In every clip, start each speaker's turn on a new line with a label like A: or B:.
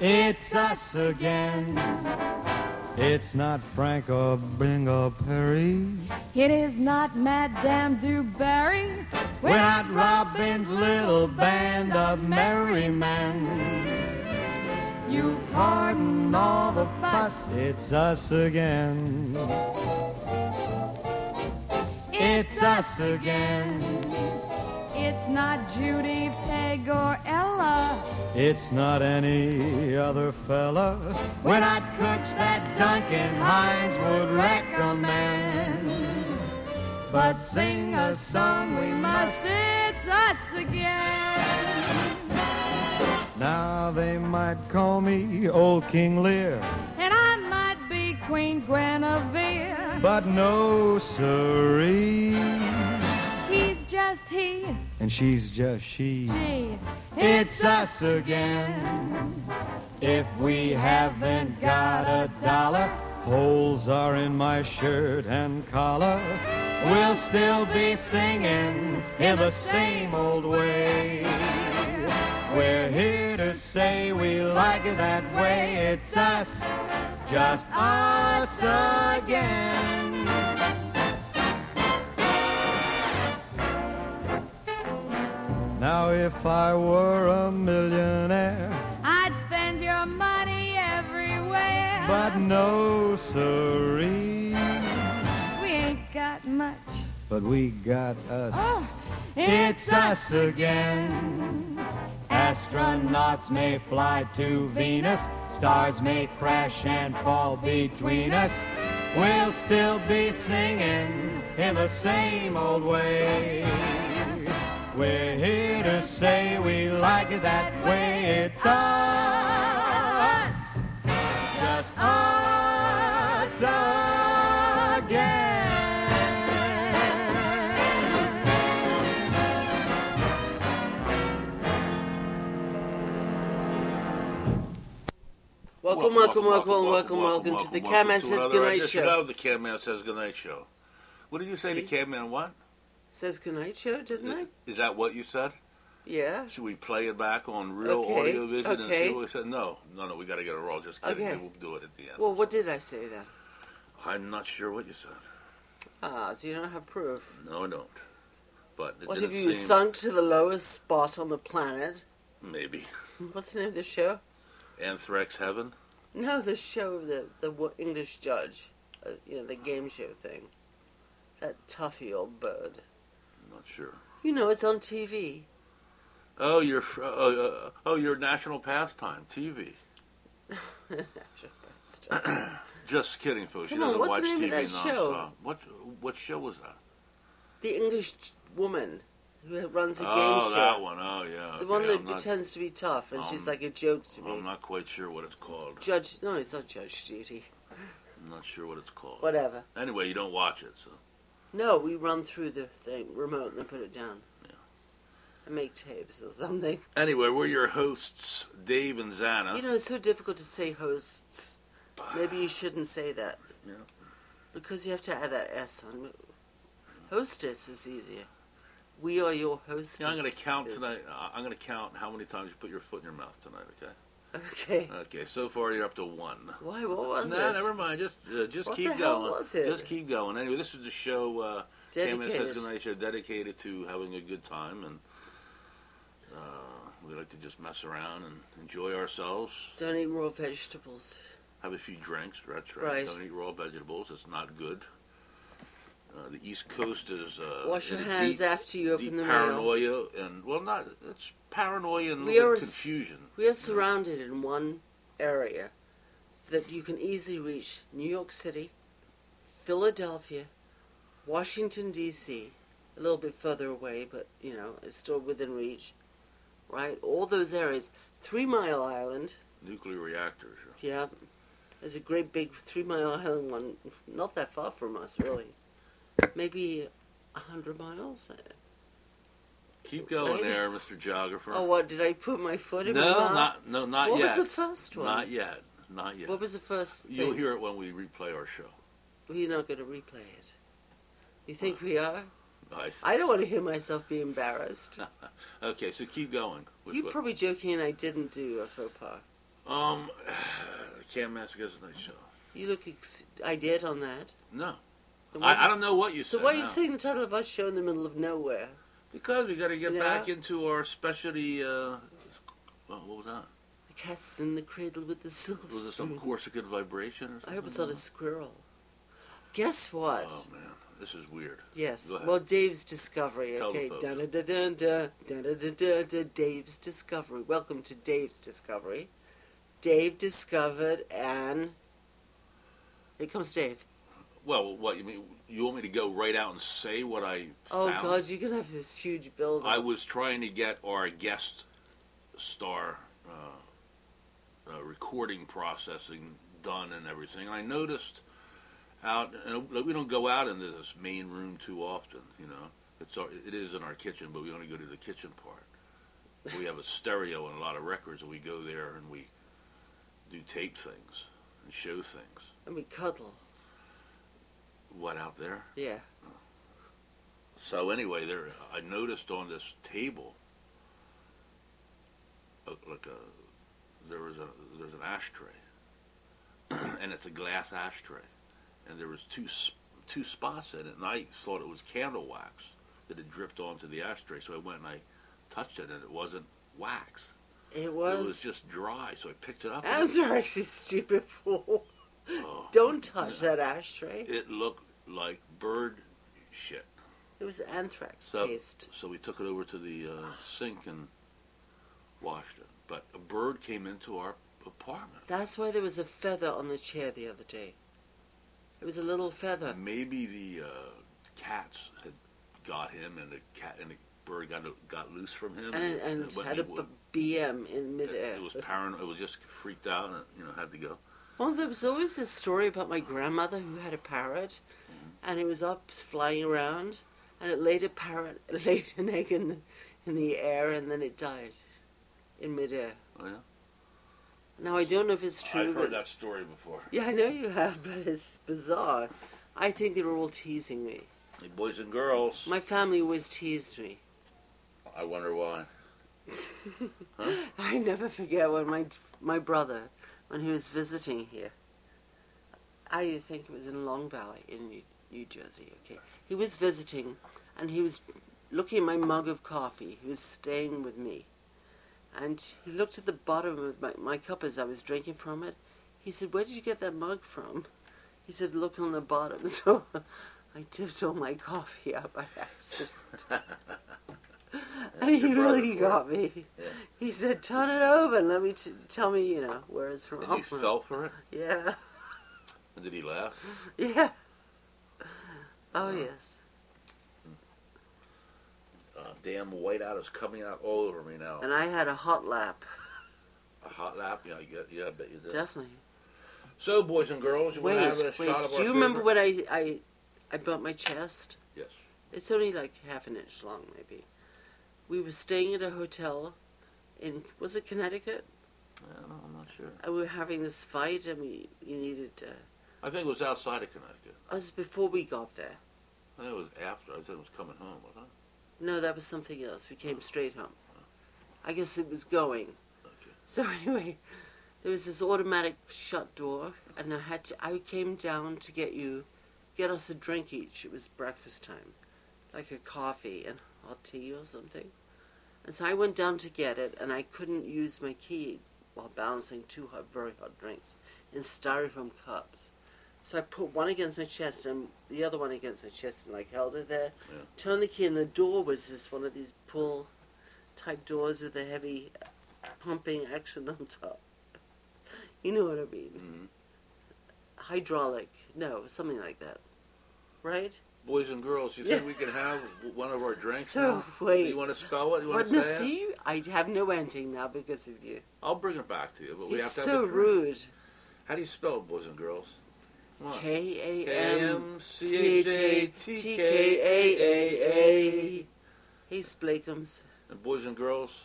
A: It's us again. It's not Frank or Bing or Perry.
B: It is not Madame Dubarry.
A: We're not Robin's little band of merry men. You pardon all the fuss. It's us again. It's us again.
B: It's not Judy, Peg, or Ella.
A: It's not any other fella. We're not cooks that Duncan Hines would recommend. But sing a song we must.
B: It's us again.
A: Now they might call me Old King Lear.
B: And I might be Queen Guinevere.
A: But no siree.
B: He's just he,
A: And she's just she.
B: she.
A: It's us again. If we haven't got a dollar, holes are in my shirt and collar. We'll still be singing in the same old way. We're here to say we like it that way. It's us, just us again. Now if I were a millionaire,
B: I'd spend your money everywhere.
A: but no siree.
B: we ain't got much.
A: But we got us.
B: Oh,
A: It's us again. Astronauts may fly to Venus. Stars may crash and fall between us. We'll still be singing in the same old way. We're here to say we like it that way. It's us. Just us again.
C: Welcome, welcome, welcome, welcome, welcome, to the Catman Says
D: another
C: Goodnight
D: edition
C: Show.
D: Of the Catman Says Goodnight Show. What did you say? The
C: See?
D: Catman what?
C: Says Goodnight Show, didn't I?
D: Is that what you said?
C: Yeah.
D: Should we play it back on real
C: Okay,
D: audio vision and
C: okay.
D: see what we said? No, no, no. We got to get it raw. Just kidding.
C: Okay.
D: We'll do it at the end.
C: Well, what did I say then?
D: I'm not sure what you said.
C: Ah, so you don't have proof.
D: No, I don't. But it
C: What
D: didn't
C: have you
D: seem-
C: sunk to the lowest spot on the planet?
D: Maybe
C: What's the name of the show?
D: Anthrax Heaven.
C: No, the show of the the wo- English judge, uh, you know, the game show thing. That toughy old bird.
D: I'm not sure.
C: You know, it's on TV.
D: Oh, your uh, uh, oh your national pastime TV.
C: uh,
D: Just kidding, folks. she
C: Come on,
D: doesn't
C: what's the
D: watch
C: name of
D: TV
C: that
D: nonstop.
C: show?
D: What what show was that?
C: the English j- woman who runs a game
D: oh,
C: show.
D: that one. Oh, yeah.
C: The one
D: okay,
C: that
D: I'm not,
C: pretends to be tough, and she's
D: Um,
C: like a joke to me.
D: I'm not quite sure what it's called.
C: Judge, no, it's not Judge Judy.
D: I'm not sure what it's called.
C: Whatever.
D: Anyway, you don't watch it, so
C: No, we run through the thing remote and then put it down. And make tapes or something.
D: anyway, we're your hosts, Dave and Zana.
C: You know, it's so difficult to say hosts. Maybe you shouldn't say that.
D: Yeah.
C: Because you have to add that S on. Hostess is easier. We are your hostess.
D: Yeah, I'm going to count tonight. I- I'm going to count how many times you put your foot in your mouth tonight. Okay.
C: Okay.
D: Okay. So far, you're up to one.
C: Why? What was
D: no,
C: it?
D: never mind. Just uh, just
C: What
D: keep
C: the hell
D: going.
C: was it?
D: Just keep going. Anyway, this is a show. Uh, Came in
C: Dedicated.
D: says goodnight show dedicated to having a good time and. Uh, we like to just mess around and enjoy ourselves.
C: Don't eat raw vegetables.
D: Have a few drinks. That's right.
C: Right.
D: Don't eat raw vegetables. It's not good. Uh, the East Coast is uh,
C: Wash
D: in
C: your
D: a
C: hands
D: deep,
C: after you
D: deep
C: open the mail.
D: paranoia and well, not it's paranoia and
C: We are s-
D: confusion.
C: We are surrounded in one area that you can easily reach New York City, Philadelphia, Washington, D.C., a little bit further away, but you know, it's still within reach, right? All those areas. Three Mile Island,
D: Nuclear reactors. yeah.
C: yeah, there's a great big Three Mile Island one, not that far from us, really. Maybe a 100 miles?
D: Keep going
C: Right.
D: there, Mr. Geographer.
C: Oh, what? Did I put my foot
D: no,
C: in my mouth?
D: not no, not
C: What was
D: yet.
C: the first one?
D: Not yet. Not yet.
C: What was the first
D: You'll
C: thing?
D: hear it when we replay our show.
C: We're not going to replay it. You think we are?
D: I,
C: I don't want to hear myself be embarrassed.
D: Okay, so keep going. with
C: You're
D: what-
C: probably joking, and I didn't do a faux pas.
D: Um, can't mask is a nice show.
C: You look ex- I did on that.
D: No,
C: And why-
D: I, I don't know what you
C: so
D: said.
C: why are you
D: no.
C: saying the title of our show in the middle of nowhere?
D: Because we got to get
C: Yeah.
D: back into our specialty. Uh, oh, what was that?
C: The cat's in the cradle with the silver
D: Was it some
C: spoon.
D: Corsican vibration or something?
C: I hope it's not a squirrel. Guess what?
D: Oh man, this is weird.
C: yes.
D: go ahead.
C: Well, Dave's discovery.
D: Tell the
C: Okay.
D: folks.
C: Dun dun dun dun dun dun dun dun. Dave's discovery. Welcome to Dave's discovery. Dave discovered an. Here comes Dave.
D: Well, what you mean? You want me to go right out and say what I?
C: Oh
D: found?
C: God, you're gonna have this huge building.
D: I was trying to get our guest star uh, uh, recording processing done and everything. And I noticed out, and we don't go out into this main room too often, you know. It's our, it is in our kitchen, but we only go to the kitchen part. We have a stereo and a lot of records, and we go there and we do tape things and show things.
C: and we cuddle.
D: What out there?
C: Yeah.
D: So anyway, there I noticed on this table, uh, like a there was a there's an ashtray, and it's a glass ashtray, and there was two s- two spots in it, and I thought it was candle wax that had dripped onto the ashtray. So I went and I touched it, and it wasn't wax.
C: It
D: It was
C: was.
D: just dry. So I picked it up. and
C: And they're actually stupid fool.
D: oh,
C: Don't touch
D: no.
C: that ashtray.
D: It looked like bird shit.
C: It was anthrax
D: So,
C: paste.
D: so we took it over to the uh, sink and washed it. But a bird came into our apartment.
C: That's why there was a feather on the chair the other day. It was a little feather.
D: Maybe the uh, cats had got him, and the cat and the bird got got loose from him,
C: And, and
D: when
C: had
D: he
C: a
D: would-
C: b- BM in
D: it,
C: midair.
D: it was paranoid. It was just freaked out, and you know had to go.
C: Well, there was always this story about my grandmother who had a parrot,
D: Mm.
C: and it was up flying around, and it laid a parrot it laid an egg in the, in the air, and then it died in midair.
D: Oh, yeah?
C: Now I don't know if it's true.
D: I've
C: but-
D: heard that story before.
C: Yeah, I know you have, but it's bizarre. I think they were all teasing me.
D: Hey, boys and girls,
C: My family always teased me.
D: I wonder why.
C: I never forget when my my brother, when he was visiting here, I think it was in Long Valley in New, New Jersey. Okay, he was visiting, and he was looking at my mug of coffee. He was staying with me, and he looked at the bottom of my, my cup as I was drinking from it. He said, "Where did you get that mug from?" He said, "Look on the bottom." So. I tipped all my coffee out by accident. and he
D: Your brother
C: really
D: for it.
C: got me.
D: Yeah.
C: He said, "Turn it over and let me t- tell me, you know, where it's from."
D: And he fell for it,
C: Yeah,
D: and did he laugh?
C: yeah. Oh yes.
D: Uh, damn whiteout is coming out all over me now.
C: And I had a hot lap,
D: A hot lap, yeah, I get, yeah, I bet you did.
C: definitely.
D: So, boys and girls, you
C: Wait,
D: want to have a
C: wait. Do you
D: shot of our
C: remember
D: favorite-
C: when I I I burnt my chest?
D: Yes.
C: It's only like half an inch long, maybe. We were staying at a hotel in was it Connecticut,
D: I don't know, I'm not sure.
C: and we were having this fight, and we you needed. Uh,
D: I think it was outside of Connecticut.
C: it was before we got there.
D: I think it was after. I think it was coming home, wasn't
C: No, that was something else. We came straight home. I guess it was going. So anyway, there was this automatic shut door, and I had to. I came down to get you, get us a drink each. It was breakfast time, like a coffee and hot tea or something. And so I went down to get it, and I couldn't use my key while balancing two hot, very hot drinks in styrofoam cups. So I put one against my chest and the other one against my chest, and like held it there.
D: Yeah.
C: Turned the key, and the door was this one of these pull type doors with a heavy pumping action on top. You know what I
D: it?
C: mean?
D: hmm
C: Hydraulic, no, something like that, right?
D: Boys and girls, you think we can have w- one of our drinks?
C: So,
D: now?
C: wait.
D: Do you want to spell it? You want
C: But
D: to
C: no,
D: say it?
C: see, I have no ending now because of you.
D: I'll bring it back to you, but we
C: He's
D: have to
C: so
D: have a drink.
C: rude.
D: How do you spell it, boys and girls? Come on.
C: K A M C H A T K A A
D: K-A-M-C-H-A-T-K-A-A-A.
C: A. Hey, Splakums,
D: And boys and girls,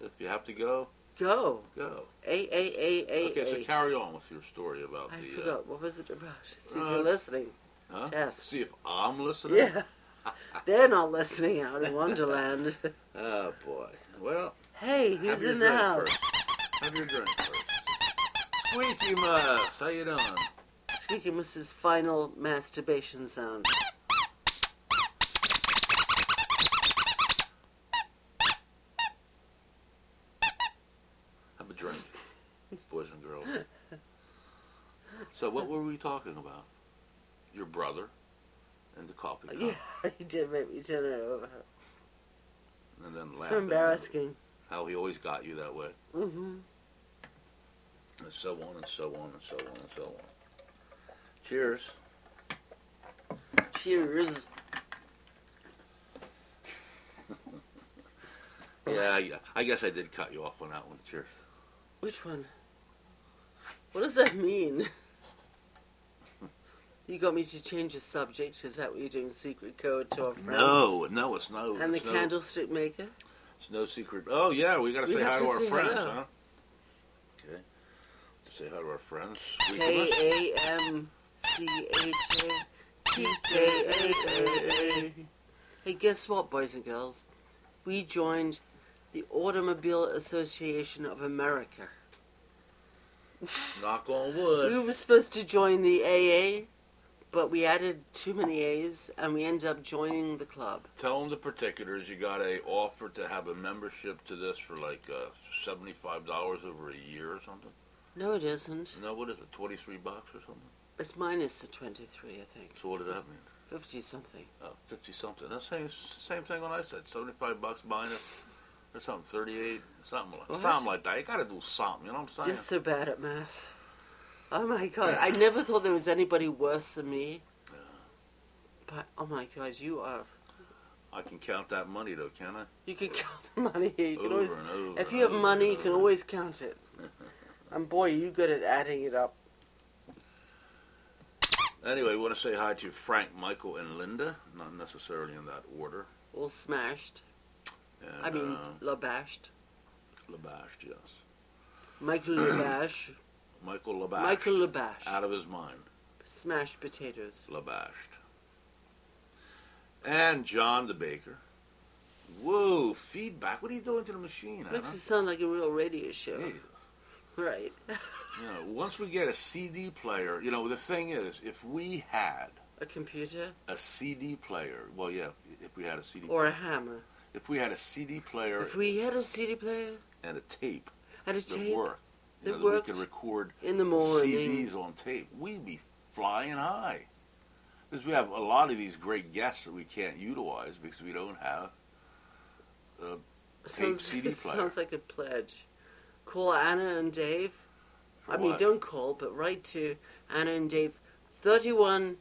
D: if you have to go,
C: go.
D: go.
C: A A A A.
D: Okay, so
C: A.
D: carry on with your story about
C: I
D: the.
C: forgot. What was it about? See if
D: uh,
C: you're listening.
D: Uh, huh?
C: Test.
D: See if I'm listening.
C: Yeah. They're not listening out in Wonderland.
D: Oh boy. Well,
C: hey, who's
D: have your
C: in the
D: drink
C: house?
D: First. Have your drink first. Squeaky Mus, how you doing?
C: Squeaky Mus's final masturbation sound.
D: Have a drink, boys and girls. So what were we talking about? Your brother and the coffee cup,
C: Yeah, you did make me turn it over.
D: and then
C: It's
D: laughing.
C: so embarrassing.
D: How he always got you that way,
C: Mm-hmm.
D: and so on and so on and so on and so on. Cheers.
C: Cheers.
D: Yeah, I, I guess I did cut you off on that one. Cheers.
C: Which one? What does that mean? you got me to change the subject. Is that what you're doing? Secret code to our friends?
D: No, no, it's no.
C: And the
D: it's no,
C: candlestick maker?
D: It's no secret. Oh yeah, we gotta
C: We
D: say
C: have
D: hi to,
C: to
D: our
C: say
D: friends,
C: hello.
D: huh? Okay. Say hi to our friends. Squeaky
C: K
D: Mus.
C: A M C H A T K A A A. Hey, guess what, boys and girls? We joined the Automobile Association of America.
D: Knock on
C: We
D: wood.
C: were supposed to join the AA, but we added too many A's and we ended up joining the club.
D: Tell them the particulars. You got a offer to have a membership to this for like uh, seventy five dollars over a year or something.
C: No, it isn't.
D: No, what is it? Twenty three bucks or something.
C: It's minus the 23, I think.
D: So what does that mean?
C: 50 something.
D: Uh, fifty something. That's same same thing when I said seventy five bucks minus or something thirty eight something like
C: What?
D: something like that. You gotta do something. You know what I'm saying?
C: You're so bad at math. Oh my god, I never thought there was anybody worse than me. But oh my god, you are.
D: I can count that money though, can I?
C: You can count the money. You can
D: Over
C: always,
D: and over.
C: if
D: and
C: you have
D: over
C: money, you
D: and
C: can
D: over.
C: always count it. And boy, you good at adding it up.
D: Anyway, we want to say hi to Frank, Michael, and Linda. Not necessarily in that order.
C: All smashed.
D: And,
C: I mean,
D: uh,
C: labashed.
D: Labash, yes.
C: Michael Labash.
D: Michael Labash.
C: Michael Labash.
D: Out of his mind,
C: Smashed potatoes.
D: Labashed. And John the Baker. Whoa, feedback. What are you doing to the machine, Anna?
C: Makes it sound like a real radio show.
D: Hey,
C: Right.
D: you know, once we get a CD player, you know, the thing is, if we had
C: A computer
D: a CD player, well, yeah, if we had a CD,
C: or a hammer.
D: if we had a CD player
C: If we had a CD player
D: and a tape
C: and a
D: that
C: tape
D: worked, you
C: that
D: know, that we
C: worked.
D: could record
C: in the morning,
D: CDs on tape, we'd be flying high. Because we have a lot of these great guests that we can't utilize because we don't have.
C: sounds,
D: CD
C: it
D: player.
C: sounds like a pledge. Call Anna and Dave. I mean,
D: what?
C: don't call, but write to Anna and Dave, 31B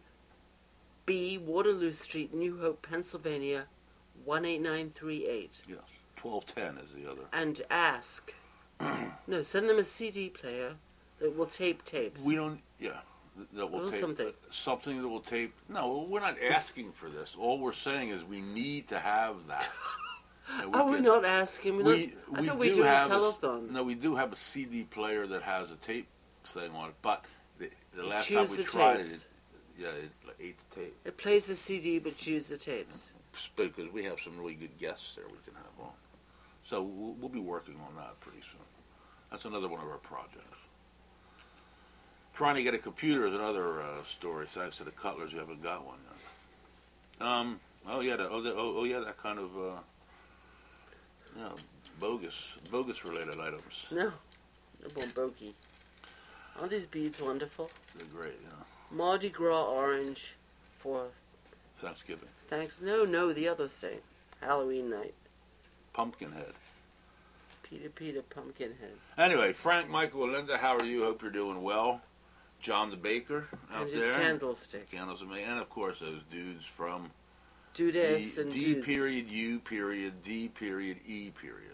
C: Waterloo Street, New Hope, Pennsylvania, 18938,
D: Yes. 1210 is the other.
C: and ask. no, send them a CD player that will tape tapes.
D: We don't. Yeah. th- That will
C: Or
D: tape,
C: something.
D: something that will tape. No, we're not asking for this. All we're saying is we need to have that. And
C: Are Oh, we
D: can-
C: not asking? We're
D: we,
C: not, I
D: we
C: thought
D: do
C: we do a
D: have s-
C: telethon.
D: no, we do have a CD player that has a tape thing on it, but the, the last time
C: choose
D: we
C: the
D: tried
C: tapes.
D: it, it, yeah, it like, ate the tape.
C: It plays the CD, but choose the tapes.
D: Because we have some really good guests there we can have on. So we'll, we'll be working on that pretty soon. That's another one of our projects. Trying to get a computer is another uh, story. Thanks to the Cutlers, who haven't got one yet. Um. Oh yeah. The, oh, the, oh, oh yeah. That kind of. Uh, you know, bogus, bogus related items.
C: No, no bon bogey. Aren't these beads wonderful?
D: They're great, yeah.
C: Mardi Gras orange for
D: Thanksgiving.
C: thanks. No, no, the other thing. Halloween night.
D: Pumpkinhead.
C: Peter, Peter, Pumpkinhead.
D: Anyway, Frank, Michael, and Linda, how are you? Hope you're doing well. John the Baker out
C: and his
D: there.
C: candlestick.
D: Candles and me. And of course, those dudes from
C: Dudes
D: D,
C: and
D: D
C: dudes.
D: period U period D period E period.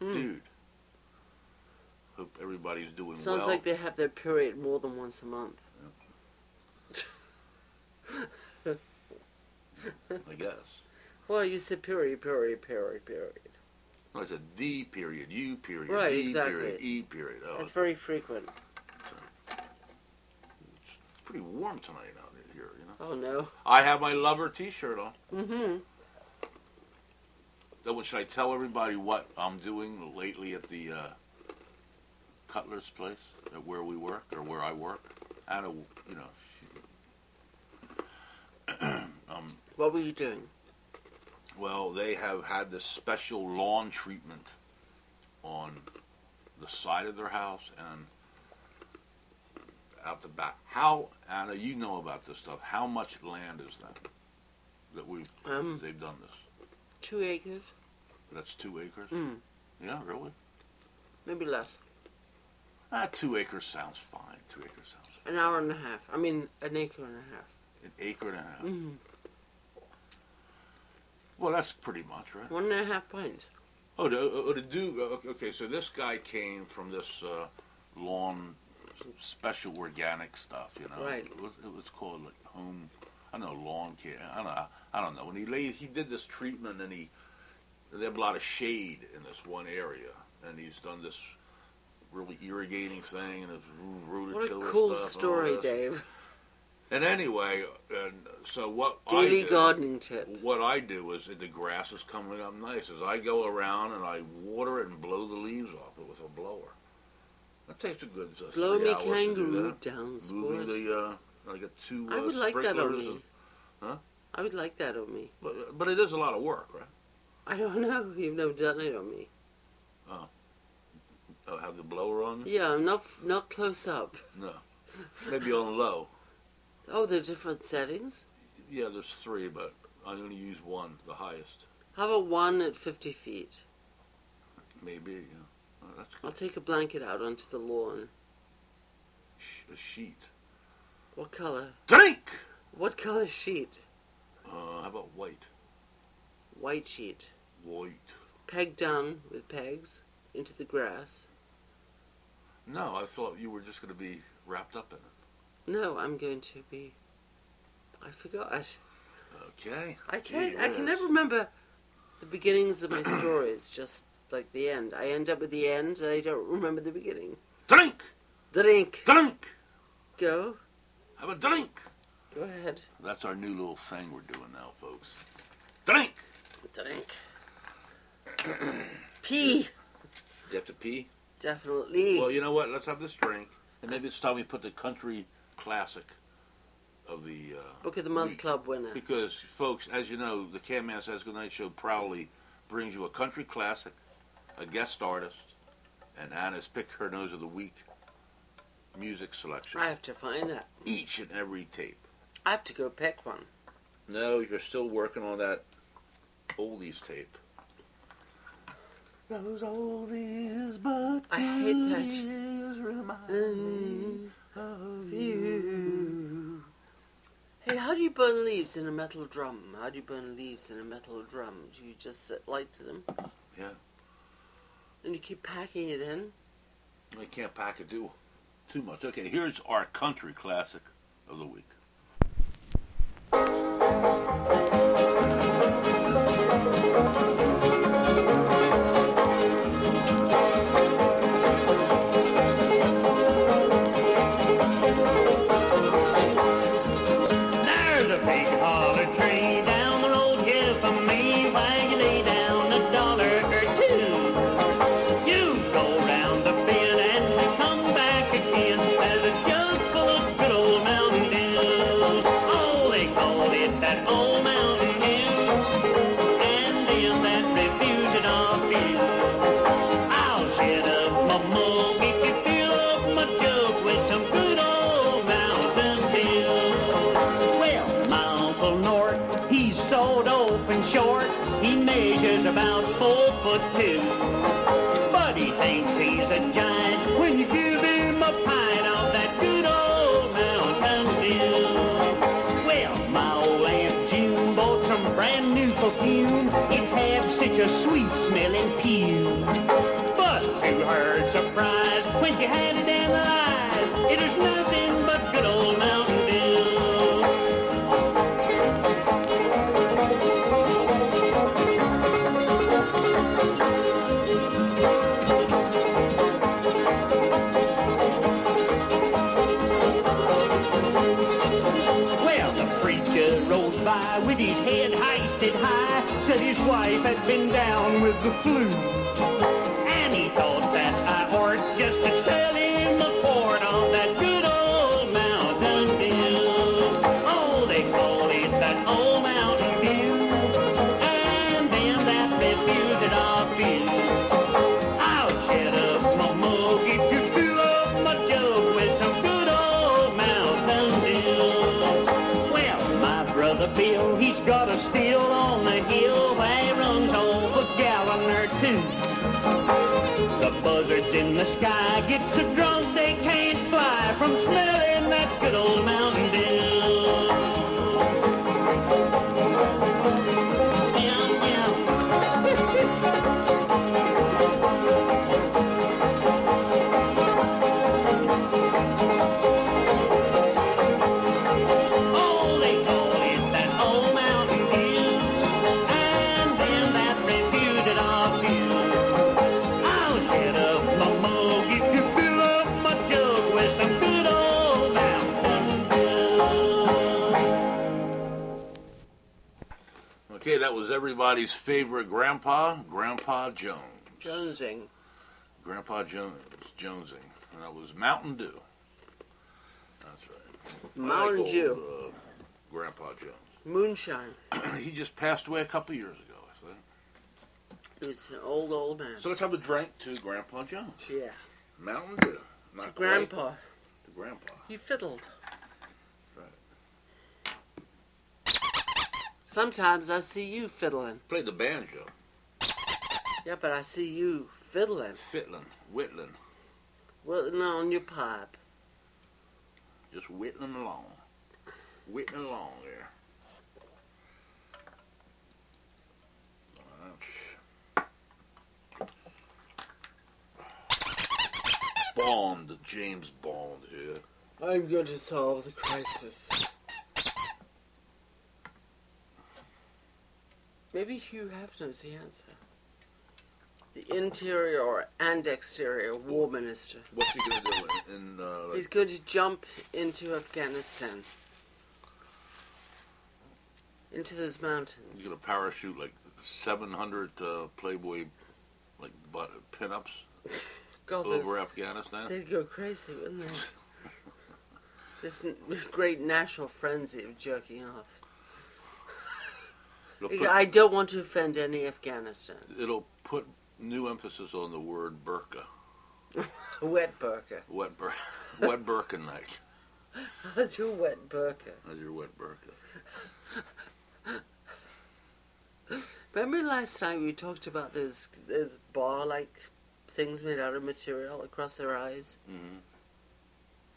C: Hmm.
D: Dude. Hope everybody's doing
C: Sounds
D: well.
C: like they have their period more than once a month.
D: I guess.
C: Well, you said period, period, period, period.
D: No, it's a D period, U period,
C: Right,
D: D
C: exactly.
D: period, E period. Oh,
C: That's very frequent.
D: it's pretty warm tonight out here, you know.
C: Oh no.
D: I have my lover T-shirt on.
C: Mm-hmm.
D: Oh, well, should I tell everybody what I'm doing lately at the uh, Cutler's place? at where we work or where I work. Out of you know,
C: What were you doing?
D: um, well, they have had this special lawn treatment on the side of their house and out the back. How Anna, you know about this stuff? How much land is that that we
C: Um,
D: they've done this?
C: two acres,
D: That's two acres.
C: Mm.
D: Yeah, really.
C: maybe less.
D: Ah, two acres sounds fine. Two acres sounds
C: An hour and a half. I mean, an acre and a half.
D: fine. an acre and a half.
C: Mhm.
D: Well, that's pretty much right.
C: One and a half pints.
D: Oh, to, oh, to do. okay, Okay, so this guy came from this uh, lawn special organic stuff, you know.
C: Right.
D: It was, it was called like home. I don't know lawn care. I don't. Know, I don't know. When he laid, he did this treatment, and he they have a lot of shade in this one area, and he's done this really irrigating thing, and it's rooted
C: What a
D: killer
C: cool
D: stuff and all
C: story,
D: this.
C: Dave.
D: And anyway, and so what? I
C: Daily
D: did-
C: garden tip.
D: what I do is if the grass is coming up nice, is I go around and I water it and blow the leaves off it with a blower. That takes a good uh,
C: Blow
D: three
C: me
D: hours to do
C: kangaroo
D: that.
C: down,
D: Moving
C: sport.
D: the uh, like a two.
C: I
D: uh,
C: would like that on
D: sprinklers
C: me.
D: and- Huh?
C: I would like that on me.
D: But, but it is a lot of work, right?
C: I don't know. You've never done it on me.
D: Uh, have the blower on you?
C: Yeah, not f- not close up.
D: No, maybe on low.
C: Oh, there are different settings.
D: Yeah, there's three, but I only use one, the highest.
C: How about one at 50 feet?
D: Maybe yeah. Oh, that's
C: I'll
D: good.
C: take a blanket out onto the lawn.
D: Sh- a sheet.
C: What color?
D: Drink.
C: What color sheet?
D: Uh, how about white?
C: White sheet.
D: White.
C: Pegged down with pegs into the grass.
D: No, I thought you were just going to be wrapped up in it.
C: No, I'm going to be. I forgot.
D: Okay.
C: I can't.
D: Gee
C: I can
D: whiz.
C: never remember the beginnings of my stories. Just like the end. I end up with the end, and I don't remember the beginning.
D: Drink!
C: Drink.
D: Drink!
C: Go.
D: Have a drink!
C: Go ahead.
D: That's our new little thing we're doing now, folks. Drink!
C: Drink. Pee.
D: You have to pee?
C: Definitely.
D: Well, you know what? Let's have this drink. And maybe it's time we put the country classic of the. Uh,
C: Book of the Month
D: week.
C: Club winner.
D: Because, folks, as you know, the Can Man Says Goodnight Show proudly brings you a country classic, a guest artist, and Anna's Pick Her Nose of the Week music selection.
C: I have to find that.
D: each and every tape.
C: I have to go pick one.
D: No, you're still working on that oldies tape. Those oldies, but
C: I hate that.
D: goodies remind
C: Mm,
D: of
C: you. Hey, how do you burn leaves in a metal drum? How do you burn leaves in a metal drum? Do you just set light to them?
D: Yeah.
C: And you keep packing it in?
D: I can't pack a do too much. Okay, here's our country classic of the week.
E: There's a big holler tree down the road here from me. Why you lay down a dollar or two? You go round the bend and come back again as a jug full of good old Mountain Dew. Oh, they call it that old Mountain Dew, and them that refuse it are few. I'll set up my mug if you fill up my jug with some good old Mountain Dew. Well, my Uncle Nort, he's sawed open short. He measures about four foot two. But he thinks he's a giant when you give him a pint of that good old Mountain Dew. Well, my old Aunt June bought some brand new perfume. It had such a sweet smelling fume. But to her surprise, when she had it analyzed, it was nothing but good old Mountain Dew. Well, the preacher rode by with his head hoisted high, said his wife had been down with the flu. And he thought that I ought just to tell him a poor Oh, in the sky get so drunk they can't fly from smelling that good old Mountain Dew. Yum, yum. All they call is that old Mountain Dew, and then that reputed of I'll get up my mug if you fill up my jug with some good old Mountain Dew.
D: Okay, that was everybody's favorite grandpa, Grandpa Jones.
C: Jonesing.
D: Grandpa Jones, Jonesing. And that was Mountain Dew. That's right. I like
C: Mountain
D: old,
C: Dew.
D: uh, Grandpa Jones.
C: Moonshine.
D: he just passed away a couple years ago, I think.
C: He's an old, old man.
D: So let's have a drink to Grandpa Jones.
C: yeah.
D: Mountain Dew. Not quite
C: Grandpa.
D: to Grandpa.
C: He fiddled.
D: Right.
C: Sometimes I see you fiddling.
D: Played the banjo.
C: Yeah, but I see you fiddling.
D: Fitlin', whittlin',
C: Whittling on your pipe.
D: just whittling along. Whittling along there. That's- Bond, James Bond here.
C: I'm going to solve the crisis. Maybe Hugh Hefner's the answer. The interior and exterior war minister.
D: What's he gonna do in, in uh, like,
C: He's going to jump into Afghanistan. Into those
D: he's
C: mountains.
D: gonna parachute like 700 uh, Playboy like but, pinups
C: God, those-
D: over Afghanistan?
C: They'd go crazy, wouldn't they? this n- great national frenzy of jerking off.
D: They'll put-
C: I don't want to offend any Afghanistans.
D: It'll put new emphasis on the word burqa,
C: A wet burka.
D: wet bur- wet burqa night.
C: How's your wet burka?
D: That's your wet burqa.
C: Remember last time we talked about those those bar like things made out of material across their eyes?
D: Mhm. Mm-hmm.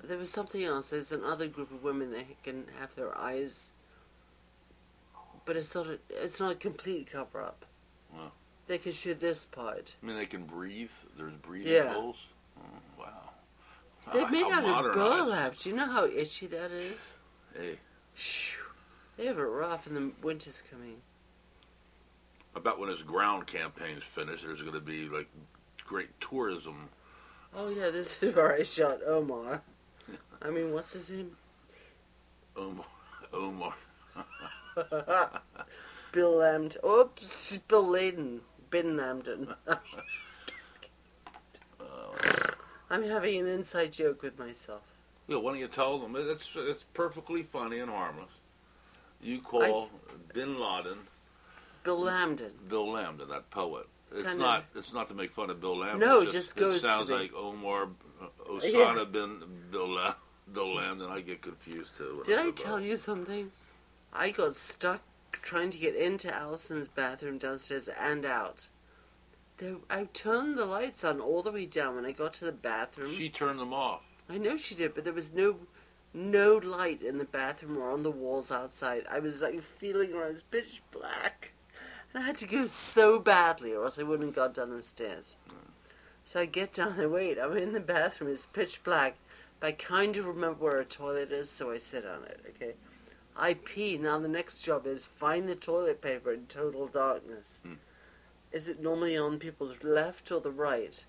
C: There was something else. There's another group of women that can have their eyes, but it's not a, it's not a complete cover up.
D: Wow.
C: They can show this part.
D: I mean, they can breathe. There's breathing
C: Yeah.
D: holes. Oh, wow.
C: They're
D: How-
C: made
D: how
C: out of
D: modernized.
C: burlap. Do you know how itchy that is?
D: Hey,
C: Phew. They have it rough, and the winter's coming.
D: about when this ground campaign's finished, there's going to be like great tourism.
C: Oh yeah, this is where I shot Omar. I mean, what's his name?
D: Omar, Omar,
C: Bill Lambd. Oops, Bill Laden. Bin Lambden. I'm having an inside joke with myself.
D: yeah, why don't you tell them it's it's perfectly funny and harmless. You call Bin Laden
C: Bill Lambden.
D: Bill Lambda, that poet. It's
C: Kinda.
D: not. It's not to make fun of Bill Lambda.
C: No,
D: it's
C: it just goes
D: It
C: to
D: sounds
C: the-
D: like Omar uh, Osana bin Bill La- Bill Lambda. I get confused too.
C: Did I tell you something? I got stuck trying to get into Allison's bathroom downstairs and out. There, I turned the lights on all the way down when I got to the bathroom.
D: She turned them off.
C: I know she did, but there was no no light in the bathroom or on the walls outside. I was like feeling where I was pitch black. And I had to go so badly or else I wouldn't have got down the stairs. So I get down and wait, I'm in the bathroom, it's pitch black, but I kind of remember where a toilet is, so I sit on it, okay? I pee, now the next job is find the toilet paper in total darkness. Is it normally on people's left or the right?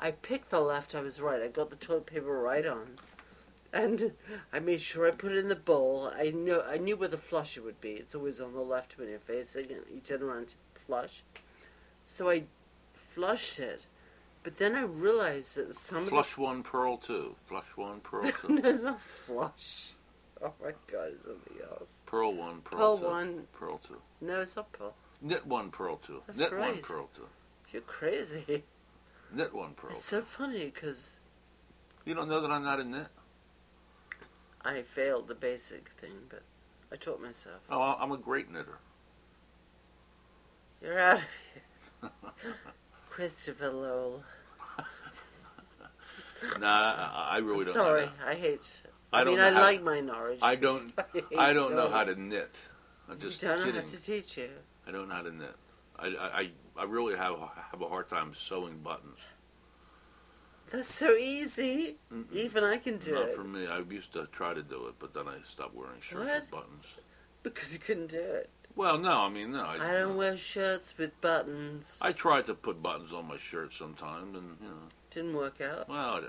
C: I picked the left, I was right. I got the toilet paper right on. And I made sure I put it in the bowl. I know I knew where the flusher would be. It's always on the left when you're facing it. You turn around to flush. So I flushed it. But then I realized that some of the
D: Flush one pearl two. Flush one pearl two.
C: no, it's not flush. Oh my god, it's something else.
D: pearl one pearl,
C: Pearl
D: two.
C: one.
D: pearl two.
C: No, it's not pearl.
D: Knit one pearl two.
C: That's
D: Knit one
C: right.
D: pearl two.
C: You're crazy.
D: Knit one pearl.
C: It's
D: Two.
C: so funny because
D: You don't know that I'm not a knit.
C: I failed the basic thing, but I taught myself.
D: Oh, I- I'm a great knitter.
C: You're out of here. Christopher Lowell.
D: Nah, I, I really don't. know
C: Sorry,
D: how to-
C: I hate.
D: I don't
C: mean,
D: know
C: I
D: how-
C: like minorities.
D: I don't.
C: hate
D: I don't know
C: those.
D: how to knit. I'm just
C: you don't
D: kidding.
C: have to teach you.
D: I don't know how to knit. I, I, I- I really have have a hard time sewing buttons.
C: That's so easy.
D: Mm-mm.
C: Even I can do
D: Not
C: it
D: for me. I used to try to do it, but then I stopped wearing shirts with buttons.
C: because you couldn't do it.
D: Well, no, I mean no.
C: I don't wear shirts with buttons.
D: I tried to put buttons on my shirt sometimes, and you know,
C: Didn't work out.
D: well, it-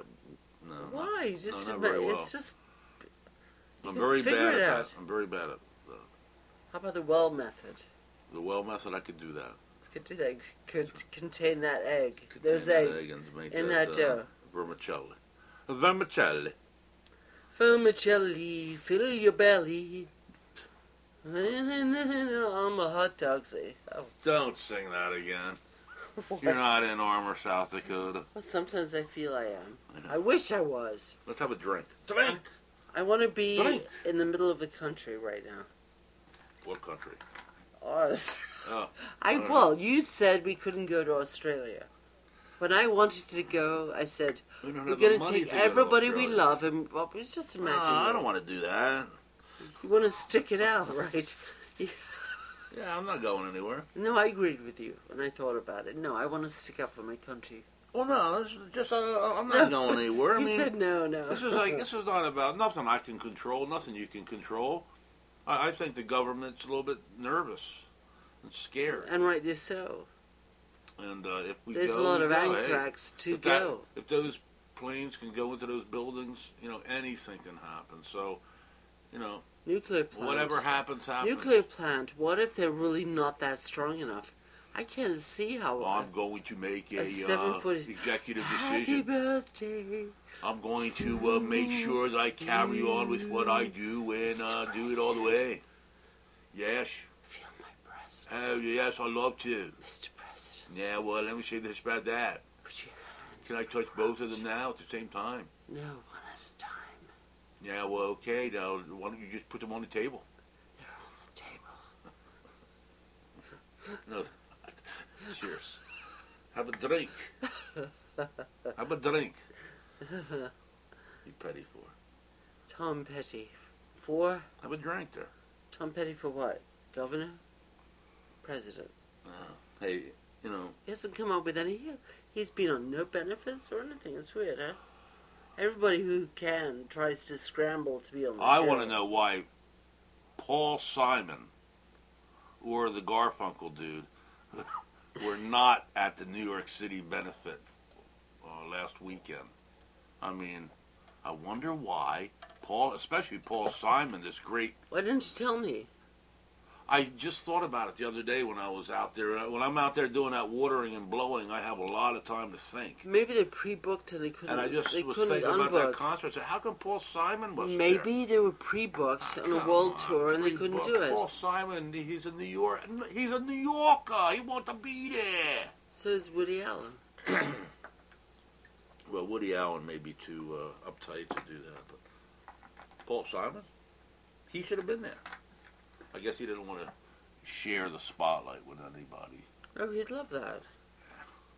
D: no. not-
C: Why? You just
D: not very well.
C: it's just
D: I'm
C: can
D: very
C: figure
D: bad
C: it
D: at
C: out.
D: that. I'm very bad at
C: how about the well method?
D: the well method. I could do that.
C: Could do that. Could contain that egg.
D: Could
C: Those
D: take that
C: eggs.
D: egg and make
C: in that
D: uh,
C: dough.
D: vermicelli. A vermicelli.
C: Vermicelli, fill your belly. I'm a hot dog. say. Oh,
D: Don't sing that again.
C: what?
D: You're not in Armor, South Dakota.
C: Well, sometimes I feel I am.
D: I know.
C: I wish I was.
D: Let's have a drink. Drink.
C: I want to be
D: Drink.
C: in the middle of the country right now.
D: What country?
C: Aus-
D: Oh,
C: I
D: don't know.
C: well, you said we couldn't go to Australia. When I wanted to go, I said
D: we don't
C: we're
D: have the
C: going to
D: money
C: take
D: to go to
C: everybody we
D: Australia.
C: love, and well, it's just
D: Ah,
C: imagine.
D: I don't want to do that.
C: You want to stick it out, right?
D: Yeah, I'm not going anywhere.
C: No, I agreed with you when I thought about it. No, I want to stick up for my country.
D: Well, no, this is just uh, I'm not going anywhere. I
C: you
D: mean,
C: said no, no.
D: this is like this is not about nothing I can control, nothing you can control. I, I think the government's a little bit nervous and scared,
C: and rightly so.
D: and uh, if we
C: There's
D: go,
C: a lot
D: we
C: of
D: go, hey.
C: anthrax to
D: if that-
C: go.
D: if those planes can go into those buildings, you know, anything can happen. So, you know,
C: Nuclear plant.
D: whatever happens, happens.
C: Nuclear plant. What if they're really not that strong enough? I can't see how.
D: Well, Oh, I'm going to make a,
C: A
D: uh,
C: seven-foot-
D: executive
C: Happy
D: decision.
C: birthday.
D: I'm going to uh, make sure that I carry on with what I do and uh, do it all the way. Yes.
C: Feel my breasts.
D: Oh, yes, I love to.
C: Mr. President,
D: Yeah, well, let me say this about that.
C: put your
D: Can I touch both of them now at the same time?
C: no one at a time.
D: Yeah, well, okay. Now, why don't you just put them on the table?
C: They're on the table.
D: No. Cheers. Have a drink. Have a drink. You petty for.
C: Tom Petty for
D: Have a drink there.
C: Tom Petty for what? Governor, president.
D: Hey, you know,
C: He hasn't come up with any. he- He's been on no benefits or anything. It's weird, huh? Everybody who can tries to scramble to be on the
D: I
C: show.
D: want to know why Paul Simon or the Garfunkel dude were not at the New York City benefit uh, last weekend. I mean, I wonder why Paul, especially Paul Simon, this great.
C: Why didn't you tell me?
D: I just thought about it the other day when I was out there. Uh, When I'm out there doing that watering and blowing, I have a lot of time to think.
C: Maybe they pre-booked and they couldn't.
D: And I just
C: they
D: was
C: couldn't
D: thinking about that
C: unbook.
D: concert. I said, how come Paul Simon wasn't there?
C: Maybe they were pre-booked on a
D: Ah, Come
C: world
D: on,
C: tour and they
D: three
C: couldn't
D: bucks.
C: do it.
D: Paul Simon, he's a New York, he's a New Yorker. He wants to be there.
C: So is Woody Allen.
D: Well, Woody Allen may be too uh, uptight to do that, but Paul Simon, he should have been there. I guess he didn't want to share the spotlight with anybody.
C: Oh, he'd love that.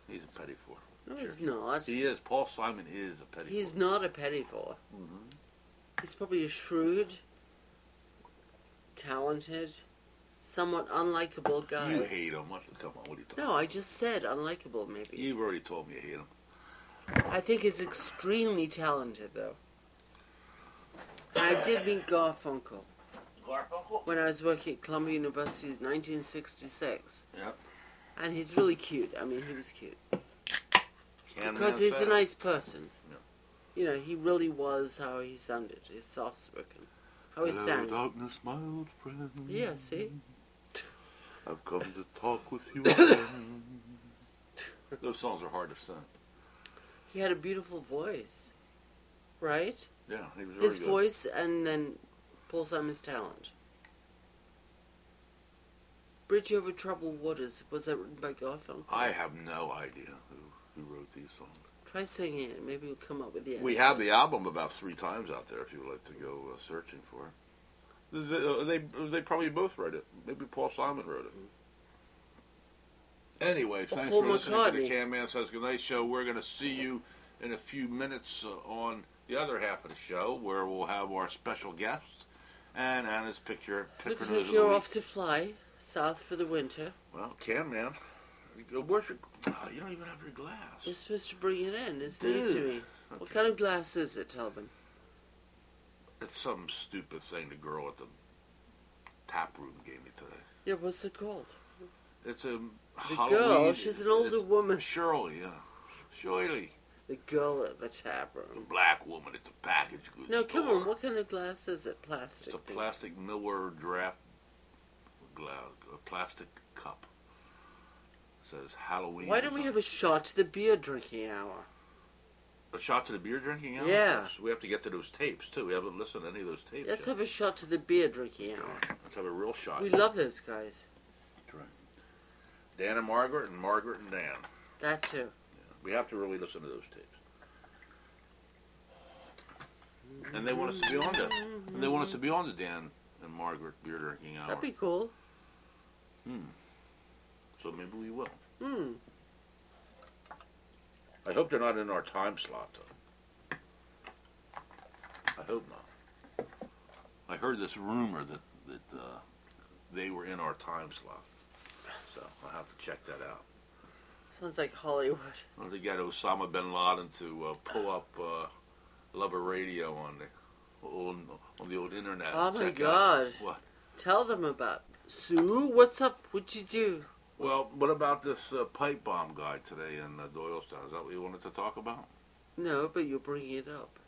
D: He's a petty four.
C: No, he's not.
D: He is. Paul Simon is a petty.
C: He's not a pettivore.
D: Mhm.
C: He's probably a shrewd, talented, somewhat unlikable guy.
D: You hate him. What? Come on. What are you talking?
C: No, I just said unlikable, maybe.
D: You've already told me you hate him.
C: I think he's extremely talented, though. And I did meet Garfunkel
D: Garfunkel.
C: when I was working at Columbia University in 1966.
D: Yep.
C: And he's really cute. I mean, he was cute.
D: Can
C: because
D: man
C: he's a
D: say.
C: nice person.
D: Yeah.
C: You know, he really was how he sounded. He's soft spoken. How he
D: Hello,
C: sang.
D: darkness, my old friend.
C: Yeah, see?
D: I've come to talk with you again. Those songs are hard to sing.
C: He had a beautiful voice. Right?
D: Yeah, he was very
C: His
D: good.
C: voice and then Paul Simon's talent. Bridge Over Troubled Waters. Was that written by Garfunkel?
D: I have no idea who, who wrote these songs.
C: Try singing it. Maybe you'll come up with the answer.
D: We have the album about three times out there if you would like to go uh, searching for it. Is it- uh, They, they probably both wrote it. Maybe Paul Simon wrote it. Anyway, thanks
C: Paul
D: for listening to
C: McCartney.
D: the Can Man Says Goodnight Show. We're going to see you in a few minutes uh, on the other half of the show where we'll have our special guest and Anna's picture. pick her
C: Looks
D: nose
C: like
D: of the
C: you're
D: week.
C: off to fly south for the winter.
D: Well, Cam, man, where's your? Oh, you don't even have your glass.
C: You're supposed to bring it in. It's new to
D: Dude.
C: me. What kind of glass is it, Tubman?
D: It's some stupid thing the girl at the tap room gave me today.
C: Yeah, what's it called?
D: It's a
C: The
D: Halloween.
C: girl. She's an older
D: it's-
C: woman.
D: Shirley, yeah, Shirley,
C: The girl at the tap
D: a
C: room.
D: black woman at the package goods
C: No,
D: store.
C: come on. What kind of glass is it? Plastic.
D: It's a
C: thing?
D: plastic Miller draft glass, a plastic cup. It says Halloween.
C: Why don't we have a shot to the beer drinking hour?
D: a shot to the beer drinking hour?
C: Yeah.
D: We have to get to those tapes too. We haven't listened to any of those tapes.
C: Let's
D: yet.
C: have a shot to the beer drinking hour.
D: Let's have a real shot.
C: We love those guys.
D: Dan and Margaret and Margaret and Dan.
C: That too.
D: We have to really listen to those tapes. And they want us to be on the and they want us to be on the Dan and Margaret beer drinking hour.
C: That'd be cool.
D: So maybe we will.
C: Hmm.
D: I hope they're not in our time slot though. I hope not. I heard this rumor that that uh, they were in our time slot. So I'll have to check that out.
C: Sounds like Hollywood.
D: Well, they got Osama bin Laden to uh, pull up uh, Lover Radio on the on, on the old internet.
C: Oh, my
D: Check out
C: God.
D: What?
C: Tell them about Sue. What's up? What'd you do?
D: Well, what about this uh, pipe bomb guy today in uh, Doylestown? Is that what you wanted to talk about?
C: No, but you're bringing it up.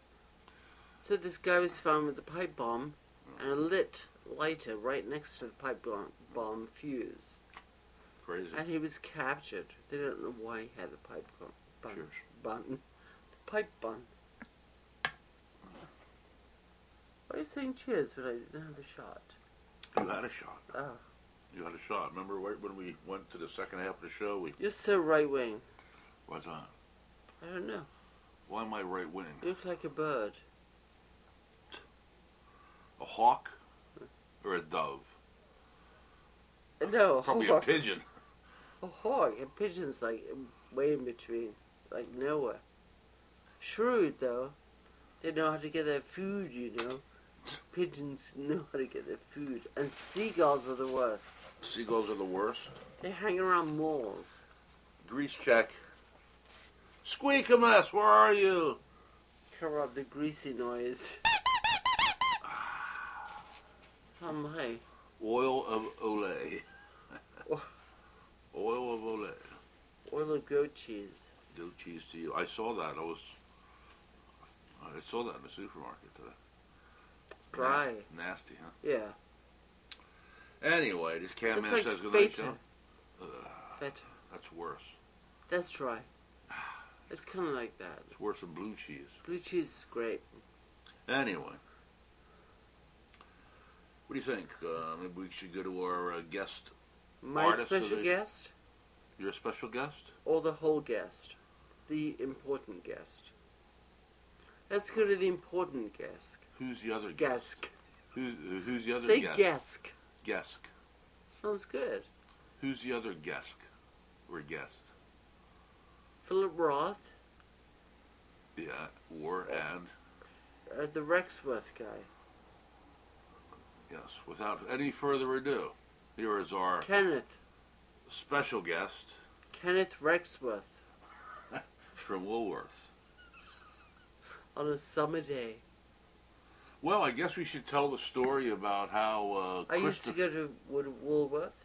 C: So this guy was found with a pipe bomb and a lit lighter right next to the pipe bomb, bomb fuse,
D: Crazy.
C: and he was captured. They don't know why he had a pipe bomb. Bun.
D: Cheers.
C: bun. Pipe bun. Why are you saying cheers when I didn't have a shot?
D: You had a shot.
C: Oh,
D: You had a shot. Remember right when we went to the second half of the show? We
C: you're so right wing.
D: what's that?
C: I don't know.
D: Why am I right wing?
C: You look like a bird.
D: A hawk or a dove?
C: No,
D: Probably a
C: hawk.
D: pigeon.
C: A hawk. oh, A pigeon's like way in between, like nowhere. Shrewd though, they know how to get their food. You know, pigeons know how to get their food, and seagulls are the worst.
D: Seagulls are the worst.
C: They hang around malls.
D: Grease check. Squeakamus, where are you?
C: Cover up the greasy noise. Oh my!
D: Oil of Olay.
C: Oh.
D: Oil of Olay.
C: Oil of goat cheese.
D: Goat cheese to you. I saw that. I was. I saw that in the supermarket today.
C: Dry.
D: Nasty, huh?
C: Yeah.
D: Anyway, this cat
C: It's
D: man
C: like
D: says goodnight,
C: feta.
D: John.
C: Feta.
D: That's worse.
C: That's dry. It's kind of like that.
D: It's worse than blue cheese.
C: Blue cheese is great.
D: Anyway. What do you think? Uh, maybe we should go to our uh, guest,
C: My
D: Artist of
C: special
D: the-
C: guest.
D: your special guest?
C: or the whole guest, the important guest. Let's go to the important guest.
D: Who's the other guest?
C: Gask.
D: Who's, who's the other
C: Say
D: guest?
C: gask.
D: Guest.
C: Sounds good.
D: Who's the other guest? Or guest?
C: Philip Roth,
D: Yeah, or and
C: uh, the Rexworth guy.
D: yes. Without any further ado, here is our
C: Kenneth.
D: special guest
C: Kenneth Rexworth
D: from Woolworth.
C: on a summer day.
D: Well, I guess we should tell the story about how uh,
C: I used to
D: Christopher.
C: go to Wood Woolworth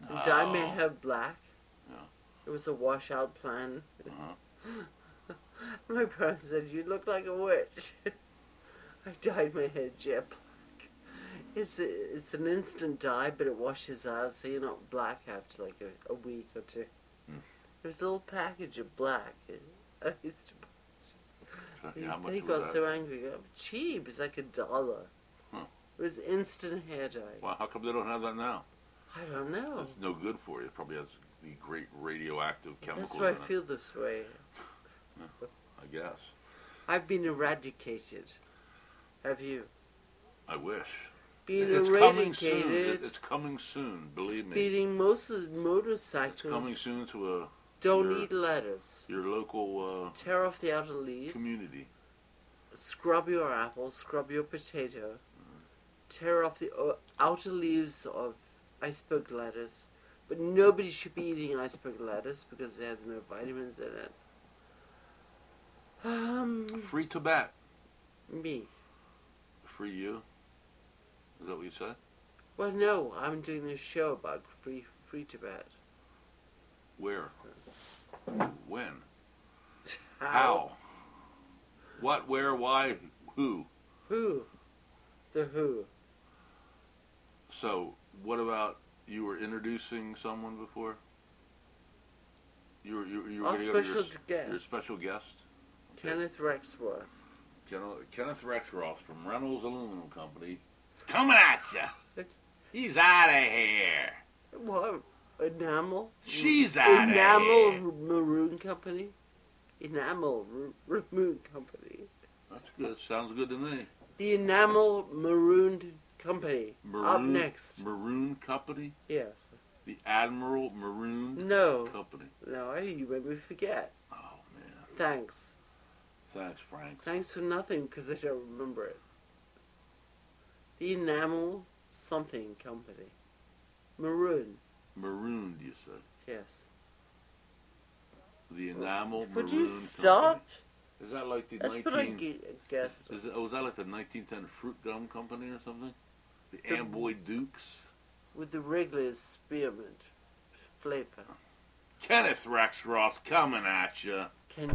C: and dye my hair black.
D: Oh. Yeah.
C: It was a washout plan.
D: Uh-huh.
C: my parents said, You look like a witch. I dyed my hair jet black. It's, a, it's an instant dye, but it washes out, so you're not black after like a, a week or two.
D: Hmm.
C: There's a little package of black. I used to
D: Yeah, how much
C: they
D: was
C: got
D: that?
C: so angry. It was cheap. It's like a dollar.
D: Huh.
C: It was instant hair dye.
D: Well, how come they don't have that now?
C: I don't know.
D: It's no good for you. It probably has the great radioactive chemicals
C: That's why I
D: in
C: feel this way.
D: it. I guess.
C: I've been eradicated. Have you?
D: I wish.
C: Been
D: it's coming soon. It-
C: eradicated.
D: It's coming soon. Believe me.
C: Speeding most
D: It's coming
C: motorcycles
D: soon to a
C: Don't
D: Your-
C: need letters.
D: Your local
C: Tear off the outer
D: uh,
C: leaves.
D: community.
C: Scrub your apple. Scrub your potato. Tear off the o- outer leaves of iceberg lettuce. But nobody should be eating iceberg lettuce because it has no vitamins in it. Um,
D: Free Tibet.
C: me.
D: Free you. Is that what you said?
C: Well, no, I'm doing this show about free free Tibet.
D: Where? When? How? What? Where? Why? Who?
C: Who? The who?
D: So, what about you were introducing someone before? You were you, you were
C: Our
D: gonna go to
C: special
D: your, s-
C: guest.
D: your special guest,
C: Kenneth Rexworth.
D: Ken- Kenneth Rexroth from Reynolds Aluminum Company, coming at you. He's out of here.
C: What? Enamel?
D: She's out of
C: Enamel
D: here.
C: Maroon Company? Enamel Ru- Maroon Company.
D: That's good. Sounds good to me.
C: The Enamel Marooned Company. Up
D: Maroon-
C: next.
D: Maroon Company,
C: Yes.
D: the Admiral Maroon
C: No.
D: Company.
C: No, you made me forget.
D: Oh man,
C: Thanks.
D: thanks, Frank.
C: Thanks for nothing because I don't remember it. The Enamel Something Company. Maroon.
D: Marooned, you said.
C: Yes.
D: The enamel
C: Would
D: maroon.
C: you stop?
D: Company. Is that like the
C: That's what I
D: 19?
C: gu- guessed.
D: Is it, oh, is that like the 1910 Fruit Gum Company or something? The Amboy Dukes.
C: With the Wrigley's spearmint flavor.
D: Kenneth Rexroth coming at you.
C: Can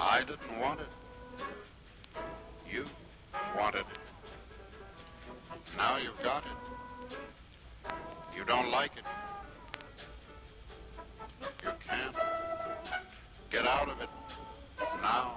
F: I didn't want it. You wanted it. Now you've got it. You don't like it. You can't. Get out of it. Now.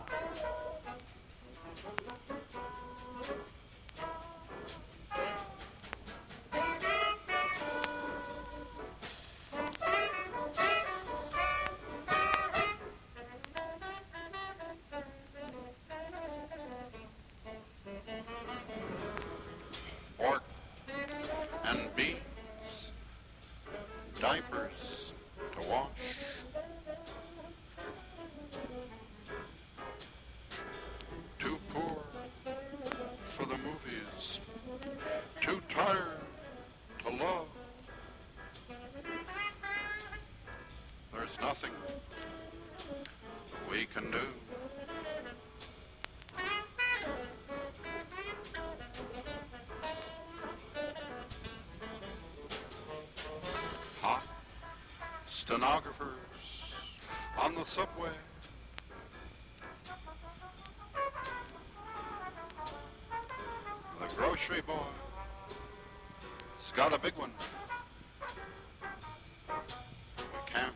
F: pork and beans, diapers to wash. Too poor for the movies, too tired to love. There's nothing we can do. hot stenographers on the subway. The grocery boy's got a big one. We can't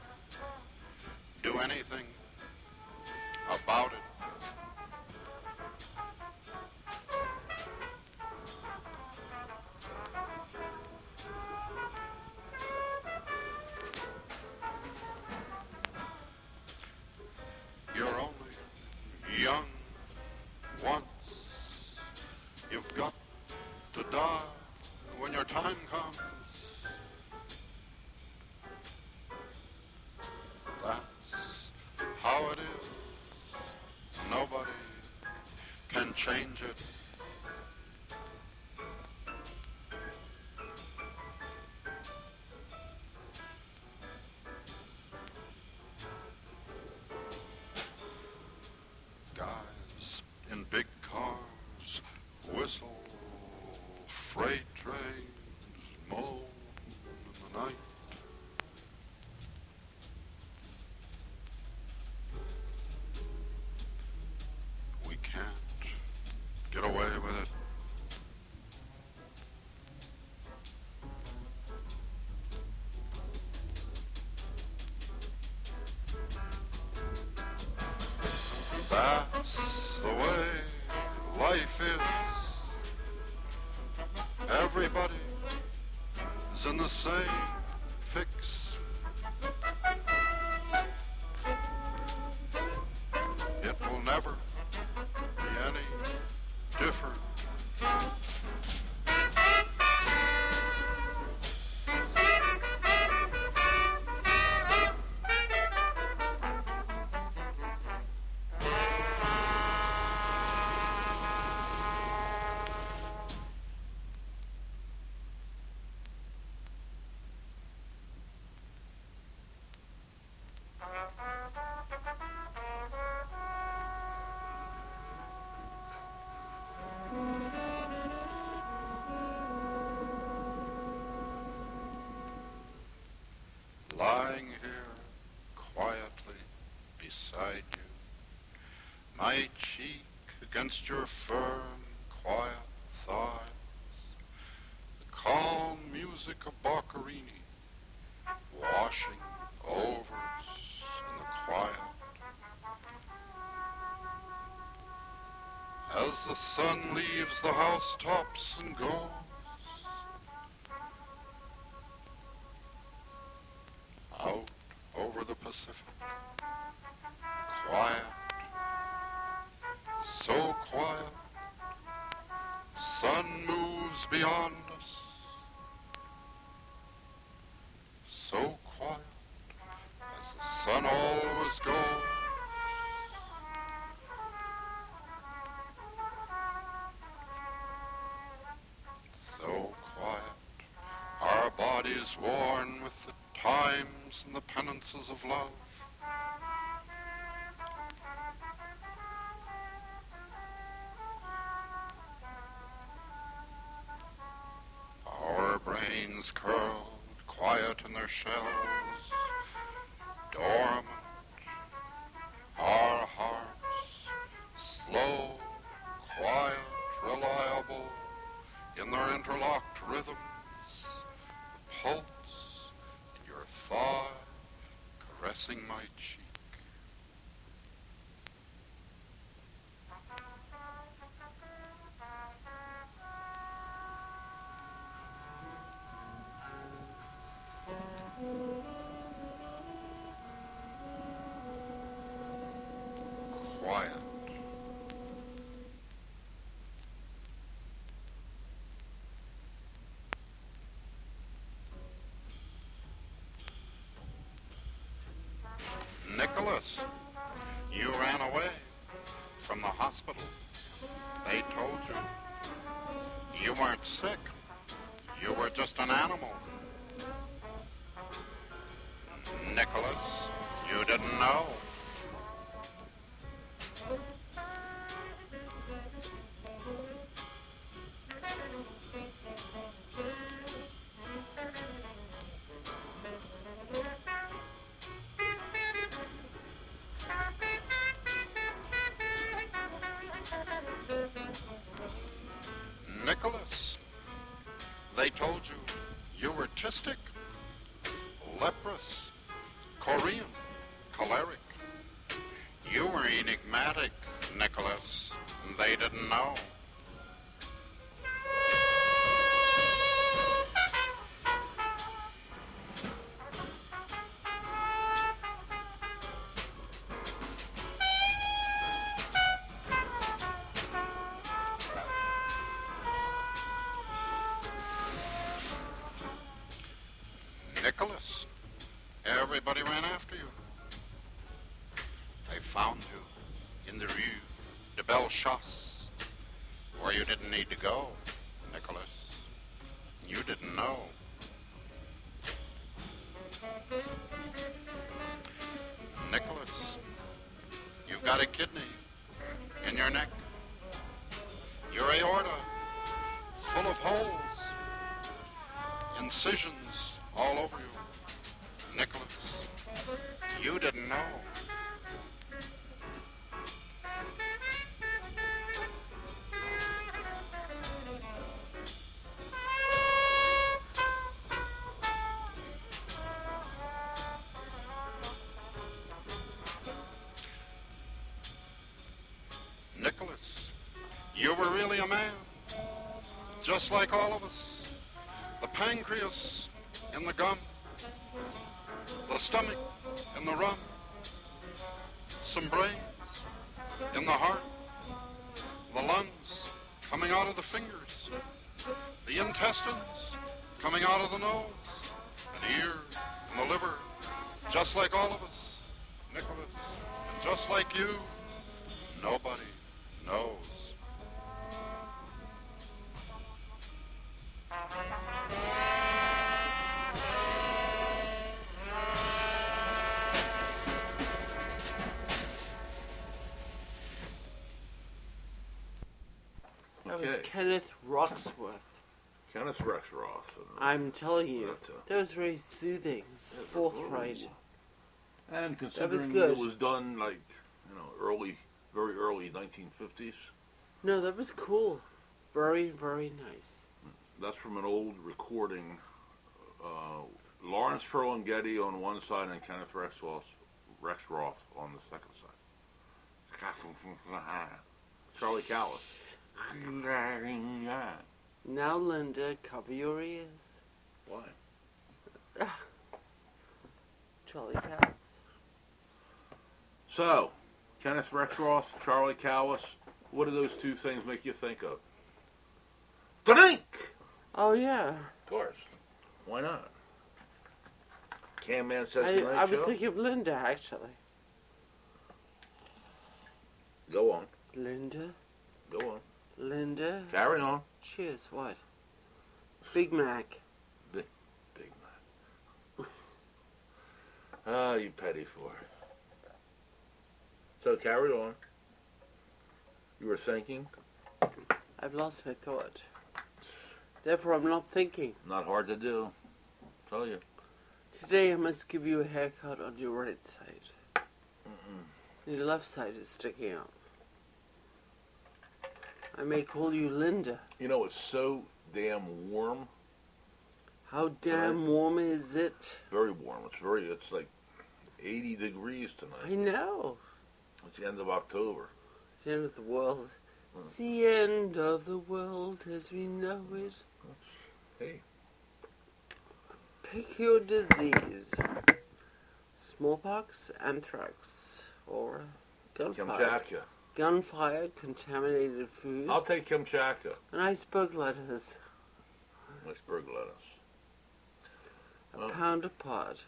F: do anything about it. You're only young once. You've got to die when your time comes. That's how it is. Nobody can change it. guys in big cars whistle freight trains moan in the night we can't get away with it That's the way life is. Everybody's in the same fix. It will never be any different. lying here quietly beside you, my cheek against your firm, quiet thighs, the calm music of Boccherini washing over us in the quiet. As the sun leaves the housetops and goes, out over the Pacific. Quiet. So quiet. Sun moves beyond us. So quiet as the sun always goes. So quiet. Our bodies worn with the times and the penances of love. Our brains curled, quiet in their shells, dormant. Our hearts, slow, quiet, reliable, in their interlocked rhythms pulse in your thigh, caressing my cheek. Quiet. Nicholas, you ran away from the hospital. They told you. You weren't sick. You were just an animal. Nicholas, you didn't know. Nicholas, they told you you were cystic, leprous, Korean, choleric. You were enigmatic, Nicholas. They didn't know. Nicholas, everybody ran after you. They found you in the rue de Belle Chasse, where you didn't need to go, Nicholas. You didn't know. Nicholas, you've got a kidney in your neck. Your aorta full of holes incisions all over you, Nicholas. You didn't know. Nicholas, you were really a man. just like all of us. The pancreas in the gum, the stomach in the rum, some brains in the heart, the lungs coming out of the fingers, the intestines coming out of the nose, an ear and the liver, just like all of us. Nicholas, just like you, nobody knows.
C: That was
D: Okay.
C: Kenneth Roxworth.
D: Kenneth Rexroth. and-
C: I'm telling you,
D: That's a-
C: that was very soothing, forthright.
D: And considering
C: good.
D: it was done like you know early, very early 1950s,
C: No, that was cool. Very, very nice.
D: that's from an old recording. Uh, Lawrence Ferlinghetti on one side and Kenneth Rexroth, Rexroth on the second side. Charlie Callis.
C: Now, Linda, cover your ears.
D: Why?
C: Charlie Cow.
D: So, Kenneth Rexroth, Charlie Callis. What do those two things make you think of? Drink.
C: Oh, yeah.
D: Of course. Why not? Can Man says
C: I,
D: Tonight
C: I was
D: Show?
C: thinking of Linda, actually.
D: Go on.
C: Linda,
D: Go on.
C: Linda.
D: Carry on.
C: Cheers, what? Big Mac.
D: Big man. Ah, you petty for So carry on. You were thinking.
C: I've lost my thought. Therefore, I'm not thinking.
D: Not hard to do. Tell you.
C: Today, I must give you a haircut on your right side. Your left side is sticking out. I may call you Linda.
D: You know, it's so damn warm.
C: How damn warm is it?
D: Very warm. It's very, it's like 80 degrees
C: I
D: tonight.
C: know.
D: It's the end of October.
C: The end of the world. It's the end of the world as we know it.
D: Hey.
C: Pick your disease. Smallpox, anthrax, or gunfire.
D: Kamchatka.
C: Gunfire, contaminated food,
D: I'll take Kamchatka.
C: and iceberg lettuce,
D: Iceberg lettuce.
C: a
D: Well.
C: pound apart.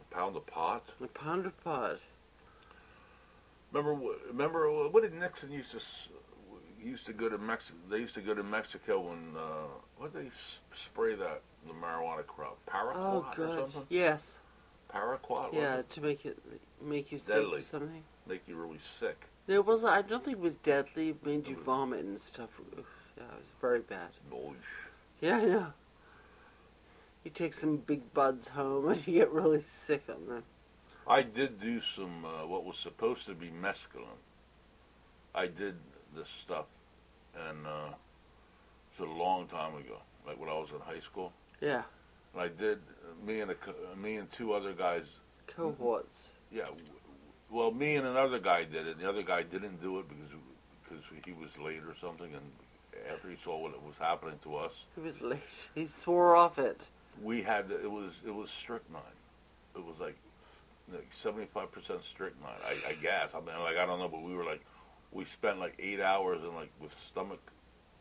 D: A pound of pot.
C: A pound apart.
D: Remember, wh- remember wh- what did Nixon used to s- used to go to Mexico? They used to go to Mexico when uh, what did they s- spray that the marijuana crop?
C: Oh,
D: Paraquat or
C: God.
D: something?
C: Yes.
D: Paraquat?
C: Yeah,
D: wasn't
C: to make it make you sick or
D: Deadly.
C: something.
D: it? Make you really sick.
C: No, it wasn't. I don't think it was deadly. It made you vomit and stuff. Oof, Yeah, it was very bad.
D: Noish.
C: Yeah, I know. You take some big buds home and you get really sick on them.
D: I did do some uh, what was supposed to be mescaline. I did this stuff, and uh, it's a long time ago, like when I was in high school.
C: Yeah,
D: And I did me and a, co- me and two other guys
C: cohorts.
D: Yeah, w- well, me and another guy did it. The other guy didn't do it because because he was late or something, and after he saw what was happening to us,
C: He was late. He swore off it.
D: we had to- it was it was strychnine. It was like seventy five percent strychnine. I, I guess. I mean, like I don't know, but we were like we spent like eight hours and like with stomach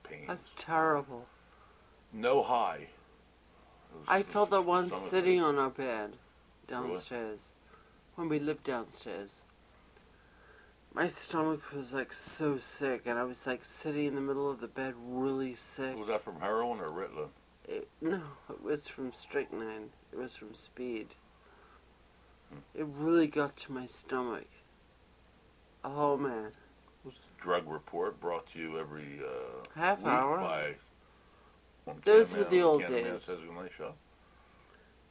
D: pains,
C: That's terrible.
D: no high. It was-
C: I
D: it was
C: felt that once
D: stomach
C: sitting
D: pain.
C: on our bed downstairs when we lived downstairs. My stomach was like so sick, and I was like sitting in the middle of the bed, really sick.
D: Was that from heroin or Ritalin?
C: It, no, it was from strychnine. It was from speed. It really got to my stomach. Oh man,
D: Drug report brought to you every. Uh,
C: half
D: week
C: hour.
D: by- um, on
C: Those
D: Candyman-
C: were the old
D: Candyman
C: days.
D: Says Goodnight Show.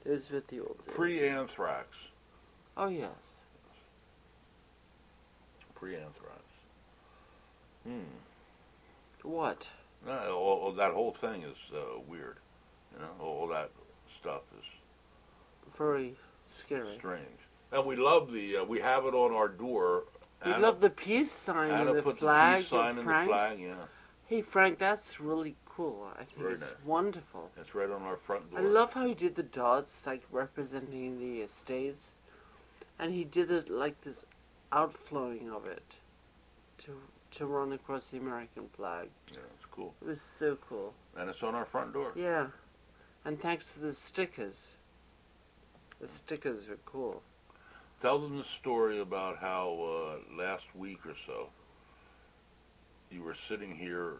C: It was with the old days.
D: Pre-anthrax.
C: Oh yes,
D: Pre-anthrax. Hmm.
C: what?
D: No, all, all that whole thing is uh, weird. You know, all, all that stuff is
C: Very scary.
D: strange. And we love the. Uh, we have it on our door.
C: We
D: Anna-
C: love the peace sign
D: Anna
C: and the
D: put
C: flag.
D: the peace
C: and
D: sign in the
C: Frank's.
D: flag. Yeah.
C: Hey Frank, that's really cool. I think
D: Very
C: it's
D: nice.
C: wonderful.
D: That's right on our front door.
C: I love how he did the dots, like representing the estates, and he did it like this outflowing of it to to run across the American flag.
D: Yeah, it's cool.
C: It was so cool.
D: And it's on our front door.
C: Yeah, and thanks to the stickers. The stickers were cool.
D: Tell them the story about how uh, last week or so you were sitting here,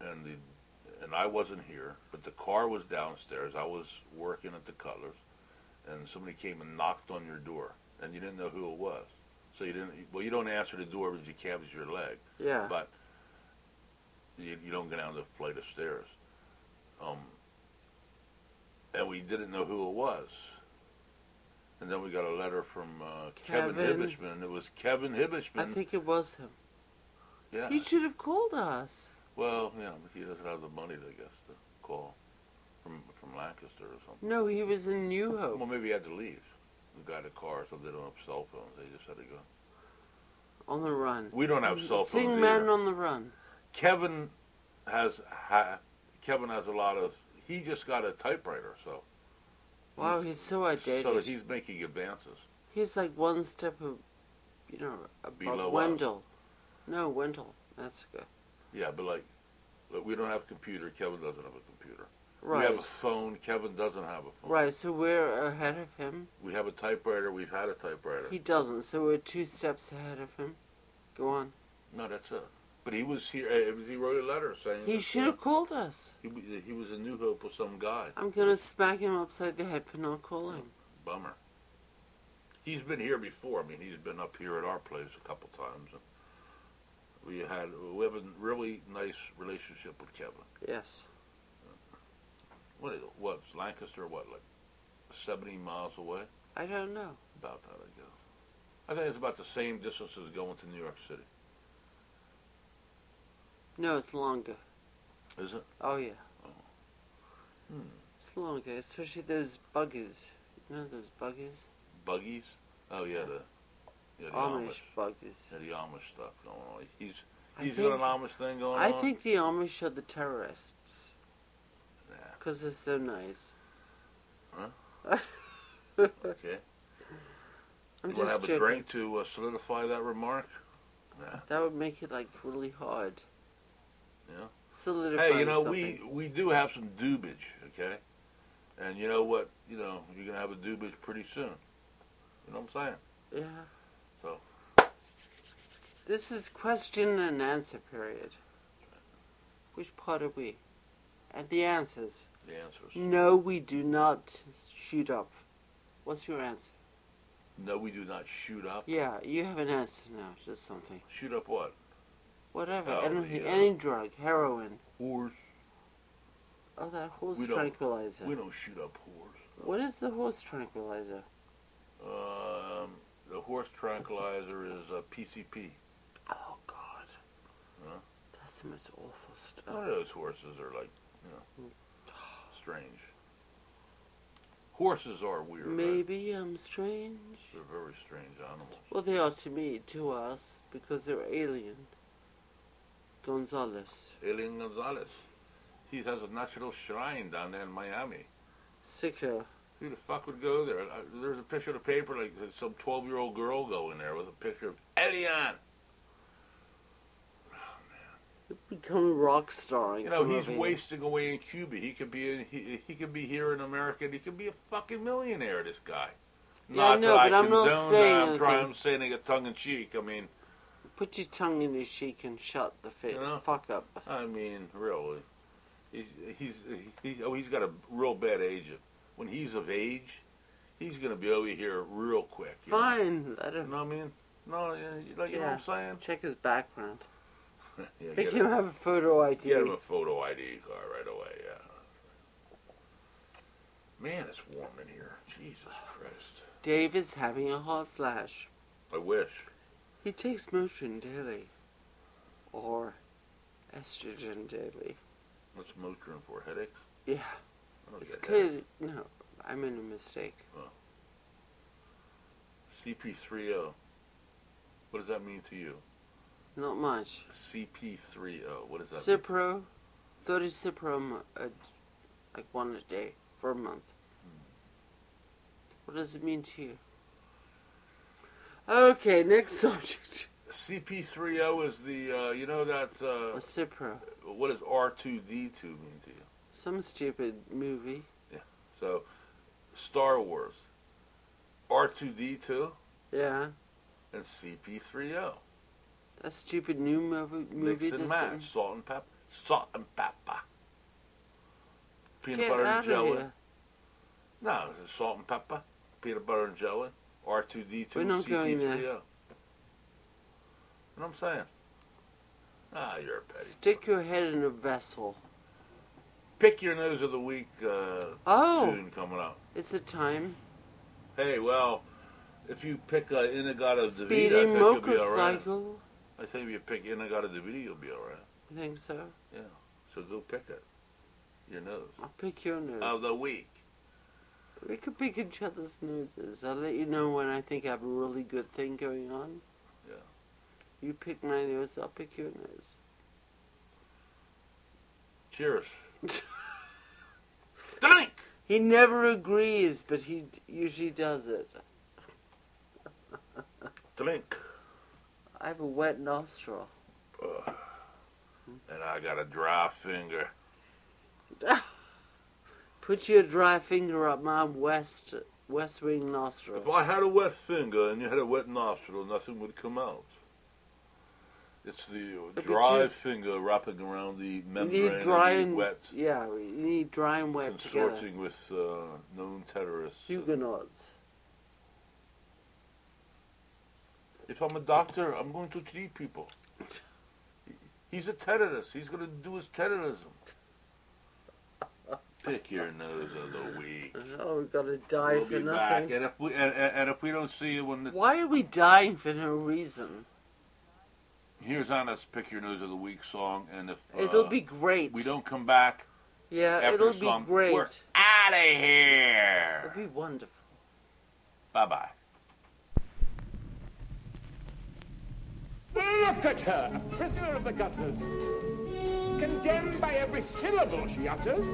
D: and the and I wasn't here, but the car was downstairs. I was working at the Cutlers, and somebody came and knocked on your door, and you didn't know who it was. So you didn't. Well, you don't answer the door because you cabs your leg,
C: Yeah,
D: but you, you don't go down the flight of stairs. Um, and we didn't know who it was. And then we got a letter from uh, Kevin,
C: Kevin.
D: Hibbishman. It was Kevin
C: I
D: Hibbishman.
C: think it was him.
D: mm. yeah.
C: He should have called us.
D: well, yeah, but he doesn't have the money, I guess, to call from from Lancaster or something.
C: No, he was in New Hope.
D: Well, maybe he had to leave. The guy the car, so they don't have cell phones. They just had to go.
C: On the run.
D: We don't have cell phones.
C: Sing
D: either.
C: Mm, Man on the Run.
D: Kevin has ha, Kevin has a lot of. He just got a typewriter, so
C: Wow,
D: He's-
C: he's so outdated.
D: so he's making advances.
C: He's like one step of, you know, above
D: Below us.
C: Wendell. No, Wendell. That's good.
D: Yeah, but like, look, we don't have a computer. Kevin doesn't have a computer. We
C: Right.
D: have a phone. Kevin doesn't have a phone.
C: Right. So we're ahead of him.
D: We have a typewriter. We've had a typewriter.
C: He doesn't. So we're two steps ahead of him. Go on.
D: no, that's it. But he was here. eh, It was, he wrote a letter saying
C: He
D: that,
C: should have
D: uh,
C: called us.
D: He, w- he was in New Hope with some guy.
C: I'm gonna smack him upside the head for not calling.
D: Bummer. He's been here before. I mean, he's been up here at our place a couple times. And we had we have a really nice relationship with Kevin.
C: Yes.
D: What is it? What's Lancaster? What like seventy miles away?
C: I don't know.
D: About that, I guess. I think it's about the same distance as going to New York City.
C: No, it's longer.
D: Is it?
C: Oh yeah.
D: Hmm.
C: It's longer, especially those buggers. You know those buggers?
D: Buggies? Oh yeah, the yeah the Amish,
C: Amish buggers.
D: yeah, the Amish stuff going on. He's
C: I
D: he's
C: think-
D: got an Amish thing going
C: I
D: on.
C: think the Amish are the terrorists
D: Nah,
C: because they're so nice.
D: okay.
C: I'm
D: you want to
C: just
D: have
C: joking.
D: a drink to uh, solidify that remark? Nah.
C: That would make it like really hard.
D: Yeah.
C: Solidify.
D: Hey, you know
C: something.
D: we we do have some dubage, okay? And you know what? You know you're gonna have a dubage pretty soon. You know what I'm saying?
C: Yeah.
D: So.
C: This is question and answer period. Which part are we? And the answers.
D: The answers.
C: No, we do not shoot up. What's your answer?
D: No, we do not shoot up.
C: Yeah, you have an answer now. Just something.
D: Shoot up what?
C: Whatever.
D: Oh,
C: any,
D: the, uh,
C: any drug. Heroin.
D: Whores.
C: Oh, that horse
D: We don't-
C: tranquilizer.
D: We don't shoot up whores.
C: What is the horse tranquilizer?
D: Um, the horse tranquilizer is uh, PCP.
C: Oh, God.
D: Huh? Oh,
C: That's the most awful stuff.
D: None of those horses are like, you know, strange. Horses are weird. right?
C: Maybe I'm strange.
D: They're very strange animals.
C: Well, they are to me, to us, because they're alien. Gonzalez,
D: Alien Gonzalez. He has a natural shrine down there in Miami.
C: sicker.
D: Who the fuck would go there? I- There's a picture of the paper, like there's some 12 year old girl going there with a picture of Elian.
C: Become a rock star. and
D: You know,
C: come
D: he's
C: over here.
D: wasting away in Cuba. He could be in, he, he could be here in America. and He could be a fucking millionaire. This guy.
C: Yeah, I know, but I'm not saying
D: that. I'm trying.
C: anything.
D: I'm saying it tongue in cheek. I mean,
C: Put your tongue in your cheek and shut the fit.
D: You know?
C: Fuck up.
D: I mean, really. He's he's he, oh, he's got a real bad agent. When he's of age, he's gonna be over here real quick. you know?
C: Fine, let
D: You
C: him.
D: know what I mean? No, you, you know, you know what I'm
C: Check his background.
D: saying? yeah,
C: Make
D: get,
C: him
D: him,
C: have a photo ID.
D: get him a photo ID card right away, yeah. Man, it's warm in here. Jesus Christ.
C: Dave is having a hot flash.
D: I wish.
C: He takes Motrin daily, or estrogen daily.
D: What's Motrin for? Headaches?
C: Yeah.
D: I don't
C: It's
D: get
C: clear. No, I made a mistake.
D: headaches. CP3O. oh. What does that mean to you?
C: Not much.
D: CP3O. oh. What does that mean?
C: Cipro, go to Cipro uh, like one a day for a month.
D: Hmm.
C: What does it mean to you? Okay, next subject.
D: CP3O is the, uh, you know that,
C: A
D: uh,
C: Cipro.
D: what does R2D2 mean to you?
C: Some stupid movie.
D: So, Star Wars, R2D2,
C: Yeah.
D: and CP3O.
C: That stupid new movie. movie
D: oh. Mix and
C: that's-
D: match, salt and pepper, salt and pepper. Peanut
C: Get
D: butter
C: out
D: and
C: of
D: jelly.
C: here.
D: No, it's salt and pepper, peanut butter and jelly, R2D2,
C: We're not going there.
D: CP3O. oh. What I'm saying? Ah, you're a petty.
C: Stick your head in a vessel.
D: Pick your nose of the week uh,
C: Oh,
D: soon coming up.
C: it's a time.
D: Hey, well, if you pick uh, Inagata Davida, I
C: Speedy
D: think you'll be all right.
C: motorcycle.
D: I think if you pick Inagata Davida, you'll be all right.
C: I think so.
D: So go pick it. Your nose
C: I'll pick your nose.
D: of the week.
C: We could pick each other's noses. I'll let you know when I think I have a really good thing going on.
D: Yeah.
C: You pick my nose, I'll pick your nose.
D: Cheers. Drink.
C: He never agrees, but he d- usually does it.
D: Drink.
C: I have a wet nostril.
D: Ugh. And I got a dry finger.
C: Put your dry finger up my west west wing
D: If
C: nostril.
D: I had a wet finger and you had a wet nostril, nothing would come out. It's the
C: Look at
D: dry
C: you.
D: finger wrapping around the
C: You
D: membrane
C: need
D: of
C: dry
D: the
C: and
D: wet,
C: yeah, we you need dry and wet together.
D: consorting with uh, known terrorists.
C: Huguenots.
D: If I'm a doctor, I'm going to treat people. He's a terrorist. He's going to do his terrorism. Pick your nose of the week.
C: Oh, we're gonna die
D: We'll
C: for
D: be
C: nothing.
D: back, and if we and, and, and if we don't see you when the
C: Why are we dying for no reason?
D: here's Anna's pick your nose of the week song, and if uh,
C: it'll be great.
D: we don't come back,
C: Yeah,
D: after
C: it'll
D: the
C: be
D: song,
C: great.
D: we're out of
C: It'll
D: here.
C: be wonderful.
D: Bye bye.
G: Look at her, a prisoner of the gutters, condemned by every syllable she utters.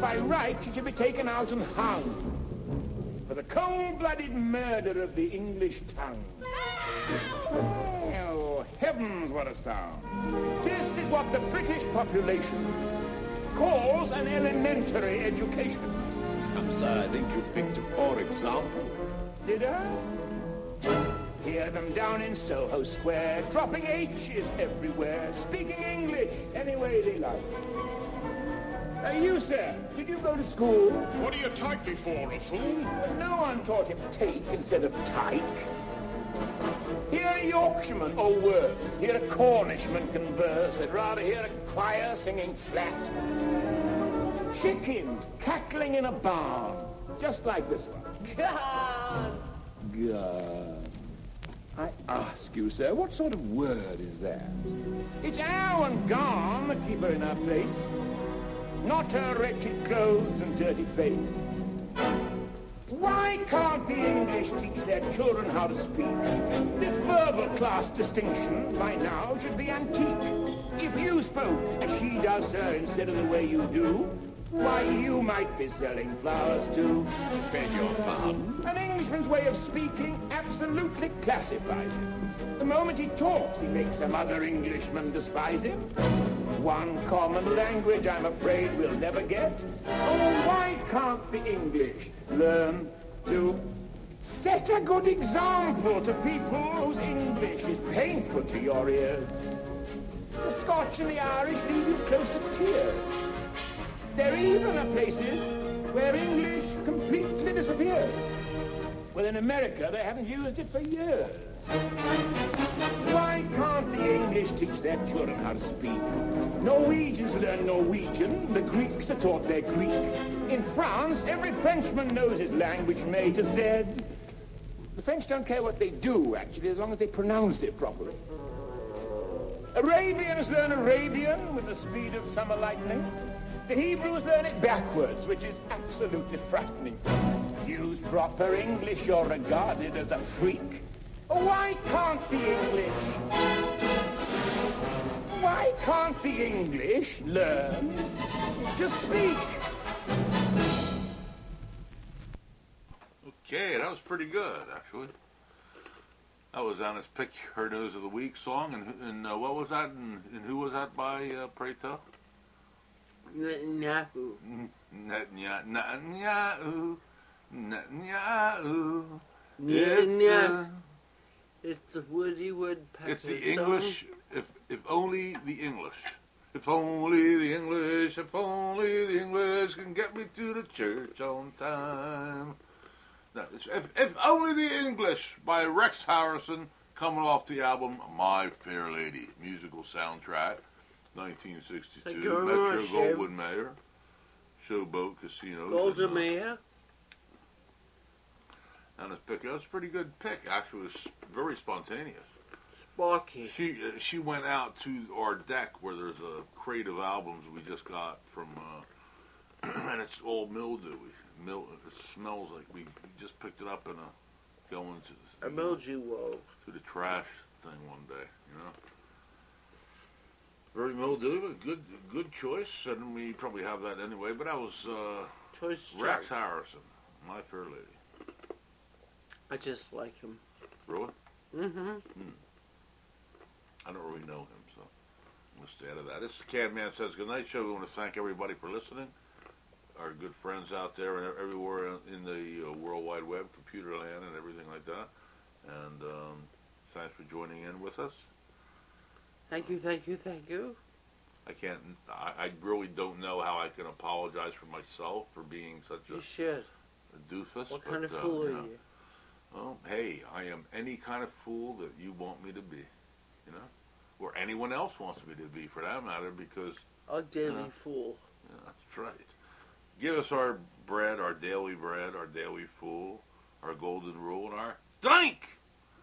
G: By right, she should be taken out and hung for the cold-blooded murder of the English tongue. Oh, heavens, what a sound. This is what the British population calls an elementary education.
H: Perhaps I think you picked a poor example.
G: Did I? Hear them down in Soho Square, dropping H's everywhere, speaking English any way they like. Uh, you, sir, did you go to school?
H: What do you take me for, a fool?
G: No one taught him take instead of tyke. Hear a Yorkshireman, or worse, hear a Cornishman converse. I'd rather hear a crier singing flat. Chickens cackling in a barn, just like this one. God! God. I ask you, sir, what sort of word is that? It's ow and gone that keep her in her place, not her wretched clothes and dirty face. Why can't the English teach their children how to speak? This verbal class distinction by now should be antique. If you spoke as she does, sir, instead of the way you do, why, you might be selling flowers too.
H: Beg your pardon?
G: An Englishman's way of speaking absolutely classifies him. The moment he talks, he makes some other Englishman despise him. One common language, I'm afraid, we'll never get. Oh, why can't the English learn to set a good example to people whose English is painful to your ears? The Scotch and the Irish leave you close to tears. There even are places where English completely disappears. Well, in America, they haven't used it for years. Why can't the English teach their children how to speak? Norwegians learn Norwegian. The Greeks are taught their Greek. In France, every Frenchman knows his language May to Z. The French don't care what they do, actually, as long as they pronounce it properly. Arabians learn Arabian with the speed of summer lightning. The Hebrews learn it backwards, which is absolutely frightening. Use proper English, you're regarded as a freak. Why can't the English? Why Why can't the English learn to speak?
D: Okay, that was pretty good, actually. That was Anna's Pick Her Nose of the Week song, and, who- and uh, what was that, and, and who was that by, uh, pray tell?
C: Netanyahu.
D: Netanya- Netanyahu. Netanyahu.
C: Netanyahu.
D: It's, uh,
C: It's the Woody Woodpecker.
D: It's the
C: song.
D: English, if, if only the English. If only the English, if only the English can get me to the church on time. No, it's if, if only the English by Rex Harrison, coming off the album My Fair Lady, musical soundtrack, 1962,
C: Thank you very
D: Metro
C: much, Jim.
D: Goldwyn Mayer, Showboat Casino.
C: Golda Meir.
D: And it's pick. That was a pretty good pick, actually. It was very spontaneous.
C: Sparky.
D: She uh, she went out to our deck where there's a crate of albums we just got from, uh, and it's all mildew. Mil- it smells like we just picked it up in a going to
C: A mildew wall.
D: to the trash thing one day. You know, very mildew, but good good choice, and we probably have that anyway. But that was uh,
C: Choice
D: Rex
C: chart.
D: Harrison, my fair lady.
C: I just like him.
D: Really,
C: Mm-hmm.
D: I don't really know him, so we'll stay out of that. This is Cadman Says Goodnight Show. We want to thank everybody for listening. Our good friends out there and everywhere in the uh, World Wide Web, computer land, and everything like that. And um, thanks for joining in with us.
C: Thank you, thank you, thank you.
D: I can't, I, I really don't know how I can apologize for myself for being such a,
C: You should.
D: a doofus.
C: What kind of
D: but, uh,
C: fool are
D: know.
C: you?
D: Well, hey, I am any kind of fool that you want me to be, you know? Or anyone else wants me to be, for that matter, because
C: A daily
D: Yeah.
C: fool.
D: Yeah, that's right. Give us our bread, our daily bread, our daily fool, our golden rule, and our drink.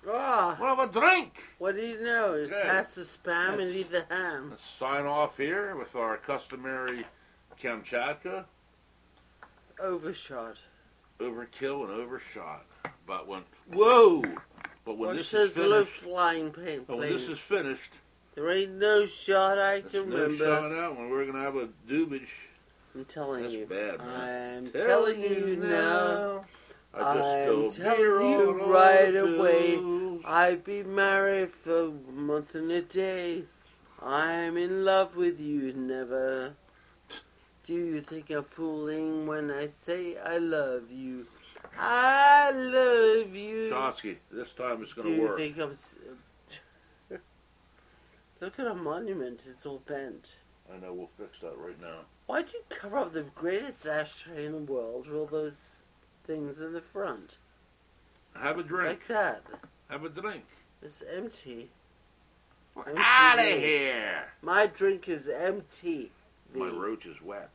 C: Ah,
D: We'll have a drink.
C: what do you know? You
D: Good.
C: Pass the spam and
D: That's-
C: eat the ham.
D: Let's sign off here with our customary Kamchatka
C: Overshot.
D: overkill and overshot. But when whoa, but when
C: What
D: this
C: says
D: is
C: the low
D: finished,
C: flying pain,
D: but when this
C: please?
D: is finished,
C: There ain't no shot I
D: there's
C: can
D: no
C: remember.
D: showing out when we're gonna have a doobage.
C: I'm telling
D: That's
C: you.
D: bad, man.
C: I'm telling you now.
D: I
C: I'm
D: just spilled
C: telling
D: beer
C: you
D: on our
C: right away.
D: booze.
C: I've been married for a month and a day. I'm in love with you, never. Do you think I'm fooling when I say I love you? I love you.
D: Chomsky, this time it's
C: Do
D: gonna
C: you
D: work.
C: think I'm. s- Look at our monument, it's all bent.
D: I know we'll fix that right now.
C: Why'd you cover up the greatest ashtray in the world with all those things in the front?
D: Have a drink.
C: Like that.
D: Have a drink.
C: It's empty.
D: We're
C: Empty.
D: out of here.
C: My drink is empty.
D: My
C: The-
D: roach is wet.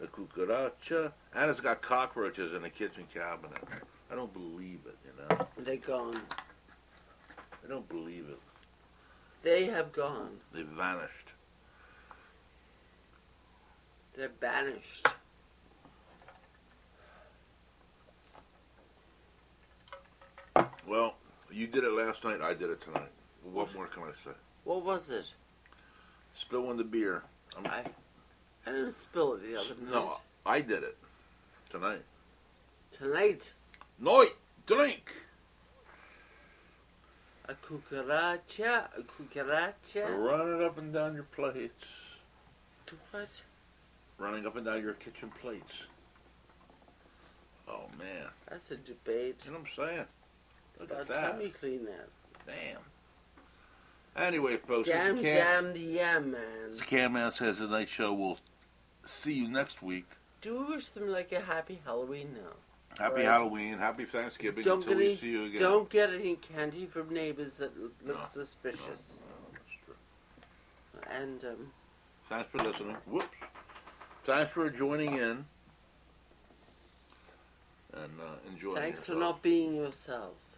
D: A cucaracha. And it's got cockroaches in the kitchen cabinet. I don't believe it, you know.
C: They're gone.
D: I don't believe it.
C: They have gone.
D: They vanished.
C: They're banished.
D: Well, you did it last night. I did it tonight. What more can I say?
C: What was it?
D: Spilling the beer. I'm,
C: I, I didn't spill it the other night.
D: no, I did it tonight.
C: Tonight,
D: Night drink.
C: a cucaracha, a cucaracha.
D: Running up and down your plates.
C: What?
D: Running up and down your kitchen plates. Oh man.
C: That's a debate.
D: You know what I'm saying?
C: It's
D: Look at
C: about
D: that.
C: time you clean that.
D: Damn. Anyway, folks,
C: Jam,
D: this, is Cam,
C: jam, the yam, man.
D: this is Cam Man says the night show. We'll see you next week.
C: Do we wish them like a happy Halloween now?
D: Happy
C: Right.
D: Halloween. Happy Thanksgiving.
C: Don't
D: until
C: get,
D: we
C: any,
D: see you again.
C: don't get any candy from neighbors that l- look
D: No, No, no,
C: suspicious.
D: Oh, that's true.
C: And um,
D: Thanks for listening. Whoops. Thanks for joining in. uh, And uh, enjoy.
C: thanks for not being yourselves.